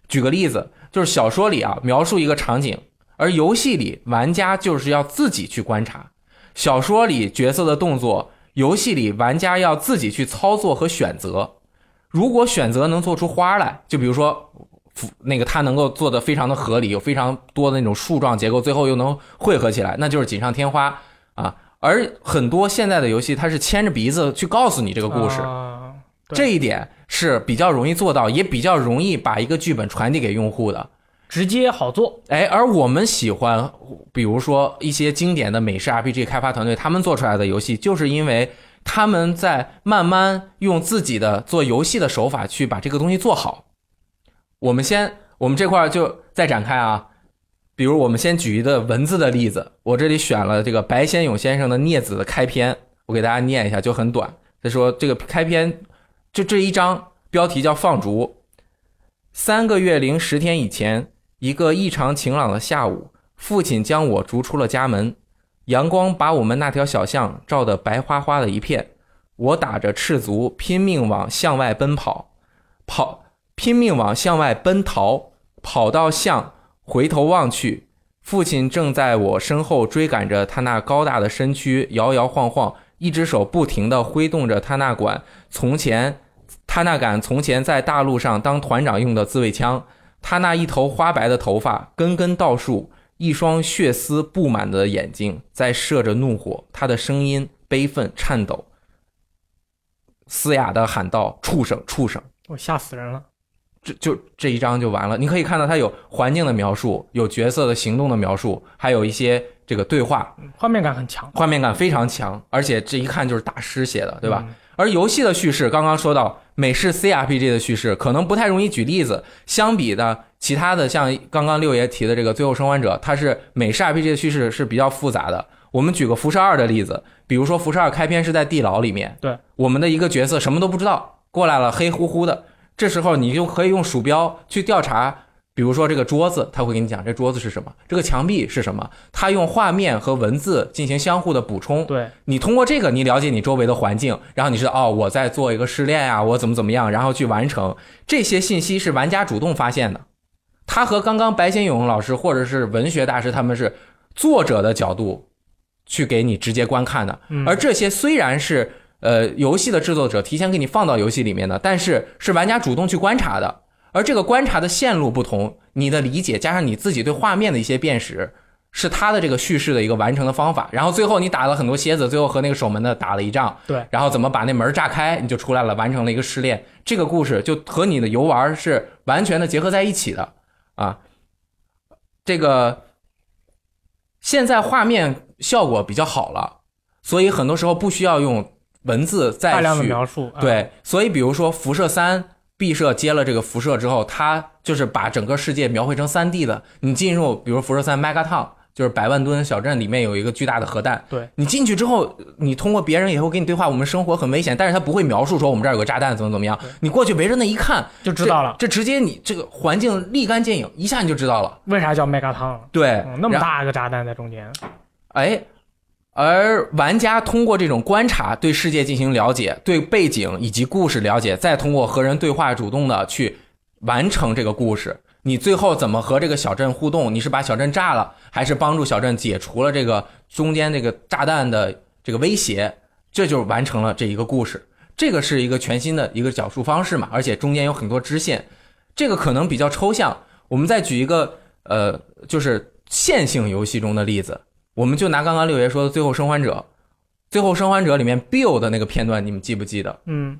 Speaker 1: 举个例子，就是小说里啊描述一个场景，而游戏里玩家就是要自己去观察。小说里角色的动作，游戏里玩家要自己去操作和选择。如果选择能做出花来，就比如说那个它能够做的非常的合理，有非常多的那种树状结构，最后又能汇合起来，那就是锦上添花啊。而很多现在的游戏，它是牵着鼻子去告诉你这个故事，
Speaker 2: 啊对
Speaker 1: 这一点是比较容易做到，也比较容易把一个剧本传递给用户的。
Speaker 2: 直接好做。
Speaker 1: 哎，而我们喜欢，比如说一些经典的美式 RPG 开发团队，他们做出来的游戏，就是因为他们在慢慢用自己的做游戏的手法去把这个东西做好。我们先，我们这块儿就再展开啊，比如我们先举一个文字的例子，我这里选了这个白先勇先生的《孽子》的开篇，我给大家念一下，就很短。他说这个开篇就这一章标题叫“放逐”，三个月零十天以前，一个异常晴朗的下午，父亲将我逐出了家门。阳光把我们那条小巷照得白花花的一片。我打着赤足，拼命往向外奔跑，跑，拼命往向外奔逃，跑到巷，回头望去，父亲正在我身后追赶着他那高大的身躯，摇摇晃晃，一只手不停地挥动着他那管从前他那杆从前在大陆上当团长用的自卫枪。他那一头花白的头发根根倒竖，一双血丝布满的眼睛在射着怒火。他的声音悲愤颤抖，嘶哑地喊道：“畜生，畜生！”
Speaker 2: 我吓死人了。
Speaker 1: 这就这一章就完了。你可以看到它有环境的描述，有角色的行动的描述，还有一些这个对话，
Speaker 2: 画面感很强，
Speaker 1: 画面感非常强，而且这一看就是大师写的，对吧？而游戏的叙事，刚刚说到美式 CRPG 的叙事，可能不太容易举例子。相比的，其他的像刚刚六爷提的这个《最后生还者》，它是美式 RPG 的叙事是比较复杂的。我们举个《辐射二》的例子，比如说《辐射二》开篇是在地牢里面，
Speaker 2: 对，
Speaker 1: 我们的一个角色什么都不知道，过来了，黑乎乎的，这时候你就可以用鼠标去调查，比如说这个桌子，他会给你讲这桌子是什么，这个墙壁是什么，他用画面和文字进行相互的补充
Speaker 2: 嗯。对，
Speaker 1: 你通过这个，你了解你周围的环境，然后你知道哦，我在做一个试炼啊，我怎么怎么样，然后去完成这些信息是玩家主动发现的。他和刚刚白先勇老师或者是文学大师他们是作者的角度去给你直接观看的，
Speaker 2: 嗯
Speaker 1: 而这些虽然是呃游戏的制作者提前给你放到游戏里面的，但是是玩家主动去观察的，而这个观察的线路不同，你的理解加上你自己对画面的一些辨识，是他的这个叙事的一个完成的方法。然后最后你打了很多蝎子，最后和那个守门的打了一仗，
Speaker 2: 对，
Speaker 1: 然后怎么把那门炸开，你就出来了，完成了一个试炼。这个故事就和你的游玩是完全的结合在一起的啊。这个现在画面效果比较好了，所以很多时候不需要用文字再去
Speaker 2: 大量的描述，啊，
Speaker 1: 对，所以比如说辐射三，毕设接了这个辐射之后，它就是把整个世界描绘成三 D 的。你进入，比如辐射三 Megaton，就是百万吨小镇里面有一个巨大的核弹。
Speaker 2: 对
Speaker 1: 你进去之后，你通过别人以后跟你对话，我们生活很危险，但是他不会描述说我们这儿有个炸弹怎么怎么样
Speaker 2: 对。
Speaker 1: 你过去围着那一看，
Speaker 2: 就知道了
Speaker 1: 这，这直接你这个环境立竿见影，一下你就知道了。
Speaker 2: 为啥叫麦嘎汤了。
Speaker 1: 对
Speaker 2: 嗯，那么
Speaker 1: 然
Speaker 2: 大个炸弹在中间，
Speaker 1: 哎，而玩家通过这种观察对世界进行了解，对背景以及故事了解，再通过和人对话，主动的去完成这个故事。你最后怎么和这个小镇互动？你是把小镇炸了，还是帮助小镇解除了这个中间这个炸弹的这个威胁？这就完成了这一个故事。这个是一个全新的一个讲述方式嘛，而且中间有很多支线，这个可能比较抽象。我们再举一个呃，就是线性游戏中的例子，我们就拿刚刚六爷说的《最后生还者》，《最后生还者》里面 Bill 的那个片段，你们记不记得？
Speaker 2: 嗯，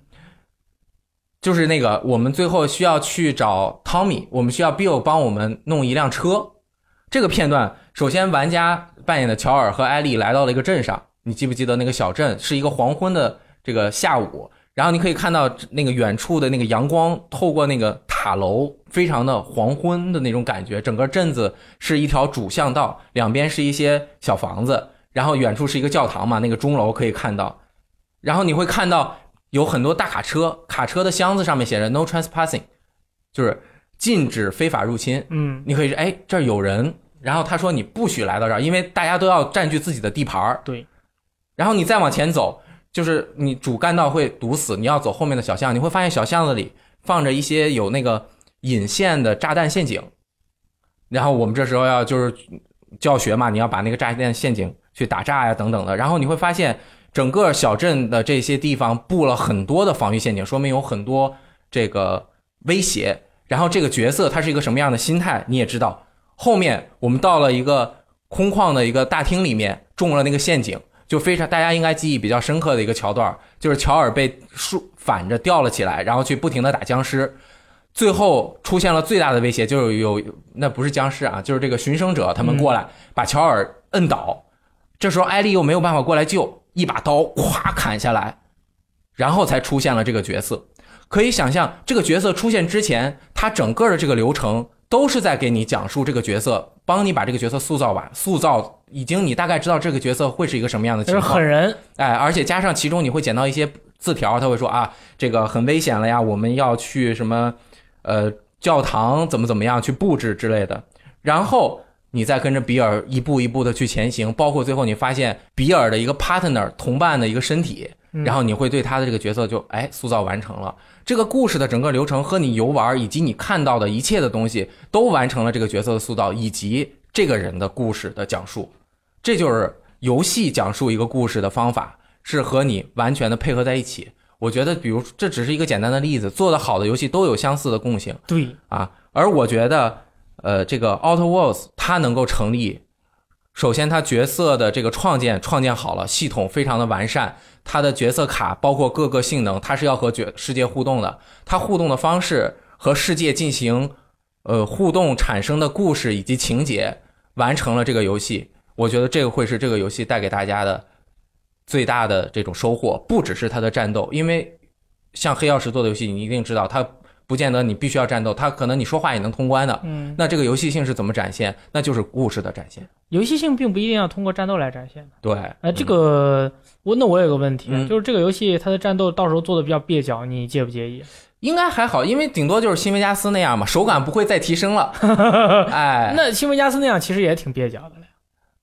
Speaker 1: 就是那个我们最后需要去找 Tommy，我们需要 Bill 帮我们弄一辆车。这个片段，首先玩家扮演的乔尔和艾莉来到了一个镇上，你记不记得那个小镇是一个黄昏的这个下午？然后你可以看到那个远处的那个阳光透过那个塔楼，非常的黄昏的那种感觉。整个镇子是一条主巷道，两边是一些小房子，然后远处是一个教堂嘛，那个钟楼可以看到。然后你会看到有很多大卡车，卡车的箱子上面写着 “No trespassing”，就是禁止非法入侵。
Speaker 2: 嗯，
Speaker 1: 你可以说，哎，这儿有人，然后他说你不许来到这儿，因为大家都要占据自己的地盘儿。
Speaker 2: 对，
Speaker 1: 然后你再往前走，就是你主干道会堵死，你要走后面的小巷，你会发现小巷子里放着一些有那个引线的炸弹陷阱，然后我们这时候要就是教学嘛，你要把那个炸弹陷阱去打炸呀、等等的，然后你会发现整个小镇的这些地方布了很多的防御陷阱，说明有很多这个威胁，然后这个角色他是一个什么样的心态，你也知道。后面我们到了一个空旷的一个大厅里面，中了那个陷阱，就非常大家应该记忆比较深刻的一个桥段，就是乔尔被竖反着吊了起来，然后去不停的打僵尸，最后出现了最大的威胁，就是有那不是僵尸啊，就是这个寻生者他们过来、把乔尔摁倒，这时候艾莉又没有办法过来救，一把刀咵砍下来，然后才出现了这个角色。可以想象，这个角色出现之前，他整个的这个流程都是在给你讲述这个角色，帮你把这个角色塑造完，塑造已经你大概知道这个角色会是一个什么样的
Speaker 2: 就
Speaker 1: 情
Speaker 2: 是
Speaker 1: 况
Speaker 2: 狠。人，
Speaker 1: 哎，而且加上其中你会捡到一些字条，他会说啊，这个很危险了呀，我们要去什么，呃，教堂怎么怎么样去布置之类的。然后你再跟着比尔一步一步的去前行，包括最后你发现比尔的一个 partner 同伴的一个身体，
Speaker 2: 嗯
Speaker 1: 然后你会对他的这个角色就哎塑造完成了。这个故事的整个流程和你游玩以及你看到的一切的东西都完成了这个角色的塑造以及这个人的故事的讲述，这就是游戏讲述一个故事的方法，是和你完全的配合在一起。我觉得，比如这只是一个简单的例子，做得好的游戏都有相似的共性。
Speaker 2: 对，
Speaker 1: 啊。而我觉得，呃，这个 Outer Worlds 它能够成立，首先它角色的这个创建创建好了，系统非常的完善，它的角色卡包括各个性能，它是要和角世界互动的，它互动的方式和世界进行呃互动产生的故事以及情节，完成了这个游戏。我觉得这个会是这个游戏带给大家的最大的这种收获，不只是它的战斗，因为像黑曜石做的游戏，你一定知道它。不见得你必须要战斗，它可能你说话也能通关的。
Speaker 2: 嗯，
Speaker 1: 那这个游戏性是怎么展现？那就是故事的展现。
Speaker 2: 游戏性并不一定要通过战斗来展现的。
Speaker 1: 对，
Speaker 2: 哎，这个我那我有个问题，啊
Speaker 1: 嗯
Speaker 2: 就是这个游戏它的战斗到时候做的比较蹩脚，你介不介意？
Speaker 1: 应该还好，因为顶多就是新维加斯那样嘛，手感不会再提升 了。哎，
Speaker 2: 啊那新维加斯那样其实也挺蹩脚的嘞，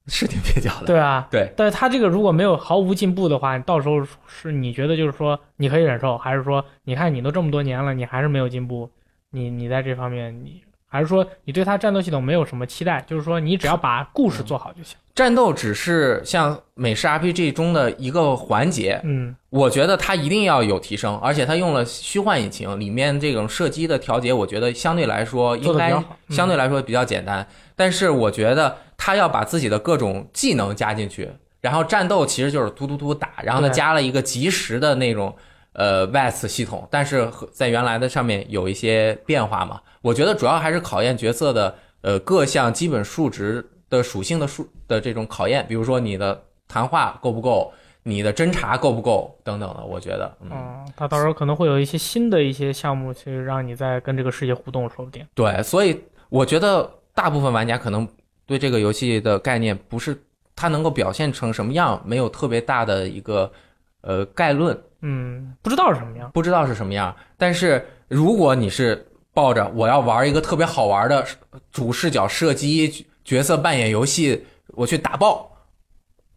Speaker 1: 是挺蹩脚的。
Speaker 2: 对啊，
Speaker 1: 对。
Speaker 2: 但是他这个如果没有毫无进步的话，你到时候是你觉得就是说你可以忍受，还是说你看你都这么多年了，你还是没有进步，你你在这方面你还是说你对他战斗系统没有什么期待，就是说你只要把故
Speaker 1: 嗯
Speaker 2: 事做好就行。
Speaker 1: 战斗只是像美式 RPG 中的一个环节，
Speaker 2: 嗯，
Speaker 1: 我觉得它一定要有提升，而且它用了虚幻引擎，里面这种射击的调节，我觉得相对来说
Speaker 2: 做
Speaker 1: 应
Speaker 2: 的
Speaker 1: 该
Speaker 2: 比较好。嗯
Speaker 1: 相对来说比较简单，但是我觉得他要把自己的各种技能加进去，然后战斗其实就是突突突打，然后呢
Speaker 2: 对
Speaker 1: 加了一个及时的那种呃 VAS 系统，但是和在原来的上面有一些变化嘛。我觉得主要还是考验角色的呃各项基本数值的属性的数的这种考验，比如说你的谈话够不够，你的侦查够不够等等的，我觉得，嗯，
Speaker 2: 嗯，他到时候可能会有一些新的一些项目去让你再跟这个世界互动，说不定。
Speaker 1: 对，所以我觉得大部分玩家可能对这个游戏的概念不是它能够表现成什么样，没有特别大的一个呃概论，
Speaker 2: 嗯，不知道是什么样。
Speaker 1: 不知道是什么样。但是如果你是抱着我要玩一个特别好玩的主视角射击角色扮演游戏，我去打爆，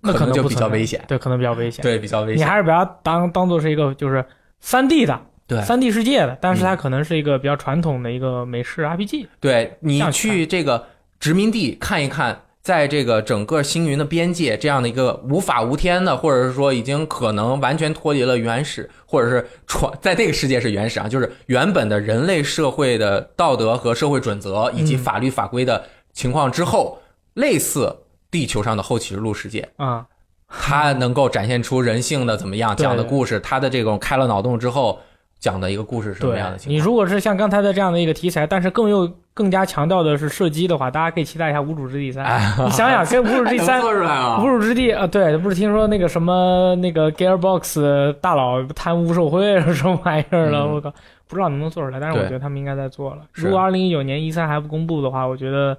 Speaker 2: 那
Speaker 1: 可能
Speaker 2: 能
Speaker 1: 就
Speaker 2: 不
Speaker 1: 比
Speaker 2: 存
Speaker 1: 较
Speaker 2: 在
Speaker 1: 危险，
Speaker 2: 对，可能比较危险。，
Speaker 1: 对，比较危
Speaker 2: 你
Speaker 1: 险。
Speaker 2: 还是把它当当做是一个就是三 D 的，
Speaker 1: 对
Speaker 2: 三 D 世界的，但是它
Speaker 1: 嗯
Speaker 2: 可能是一个比较传统的一个美式 RPG。
Speaker 1: 对你
Speaker 2: 这样
Speaker 1: 去这个殖民地看一看，在这个整个星云的边界这样的一个无法无天的，或者是说已经可能完全脱离了原始，或者是传在那个世界是原始啊，就是原本的人类社会的道德和社会准则以及
Speaker 2: 嗯
Speaker 1: 法律法规的情况之后，类似地球上的后启示录世 界，
Speaker 2: 啊、
Speaker 1: 它能够展现出人性的怎么样
Speaker 2: 对
Speaker 1: 讲的故事，它的这种开了脑洞之后讲的一个故事是什么
Speaker 2: 对
Speaker 1: 样的，情
Speaker 2: 你
Speaker 1: 况？
Speaker 2: 如果是像刚才的这样的一个题材，但是更又更加强调的是射击的话，大家可以期待一下《无主之地三》你想想，跟《无主之地
Speaker 1: 哎
Speaker 2: 三》
Speaker 1: 出来啊
Speaker 2: 无主之地啊，对，不是听说那个什么那个 Gearbox 大佬贪污受贿是什么玩意儿了？
Speaker 1: 嗯
Speaker 2: 我靠，不知道能不能做出来，但是我
Speaker 1: 对
Speaker 2: 觉得他们应该在做了。
Speaker 1: 是啊
Speaker 2: 如果二零一九年一三还不公布的话，我觉得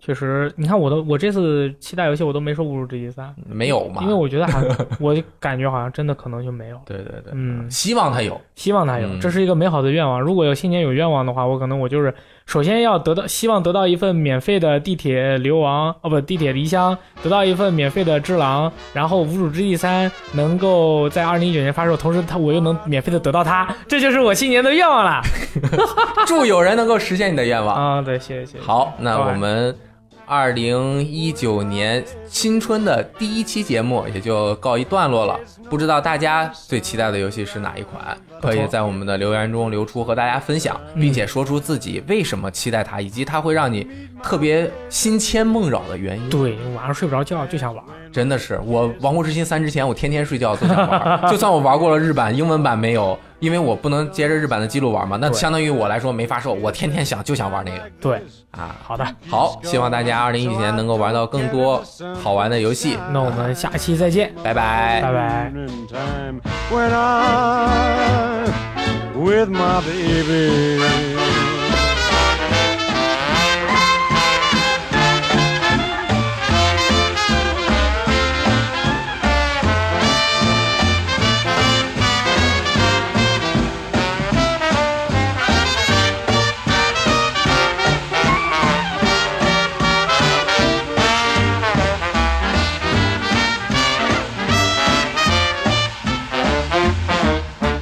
Speaker 2: 确实，你看我都我这次期待游戏我都没说无主之地三，
Speaker 1: 嗯没有嘛？
Speaker 2: 因为我觉得还我感觉好像真的可能就没有了。
Speaker 1: 对对对，
Speaker 2: 嗯
Speaker 1: 希望它有。
Speaker 2: 希望它有，
Speaker 1: 嗯
Speaker 2: 这是一个美好的愿望。如果有新年有愿望的话，我可能我就是首先要得到，希望得到一份免费的地铁流亡，哦不，地铁离乡，得到一份免费的只狼，然后无主之地三能够在二零一九年发售，同时它我又能免费的得到它，这就是我新年的愿望啦。
Speaker 1: 祝有人能够实现你的愿望。
Speaker 2: 啊，对，谢谢谢谢。
Speaker 1: 好，那
Speaker 2: 好
Speaker 1: 我们二零一九年新春的第一期节目也就告一段落了。不知道大家最期待的游戏是哪一款？可以在我们的留言中留出和大家分享，
Speaker 2: 嗯
Speaker 1: 并且说出自己为什么期待它，以及它会让你特别心牵梦绕的原因。
Speaker 2: 对，晚上睡不着觉就想玩，
Speaker 1: 真的是，我《王国之心三》之前，我天天睡觉都想玩，就算我玩过了日版，英文版没有，因为我不能接着日版的记录玩嘛，那
Speaker 2: 对
Speaker 1: 相当于我来说没发售，我天天想就想玩那个
Speaker 2: 对，
Speaker 1: 啊。
Speaker 2: 好的，
Speaker 1: 好，希望大家二零一九年能够玩到更多好玩的游戏，
Speaker 2: 那我们下期再见，
Speaker 1: 拜拜。
Speaker 2: 拜拜。
Speaker 10: in time when I'm with my baby.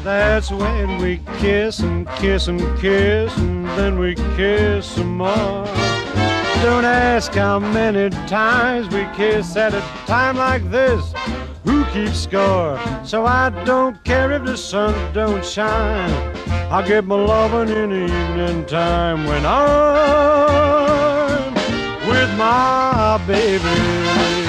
Speaker 10: That's when we kiss and kiss and kiss and then we kiss some more. Don't ask how many times we kiss at a time like this. Who keeps score? So I don't care if the sun don't shine. I'll get my lovin' in the evening time when I'm with my baby.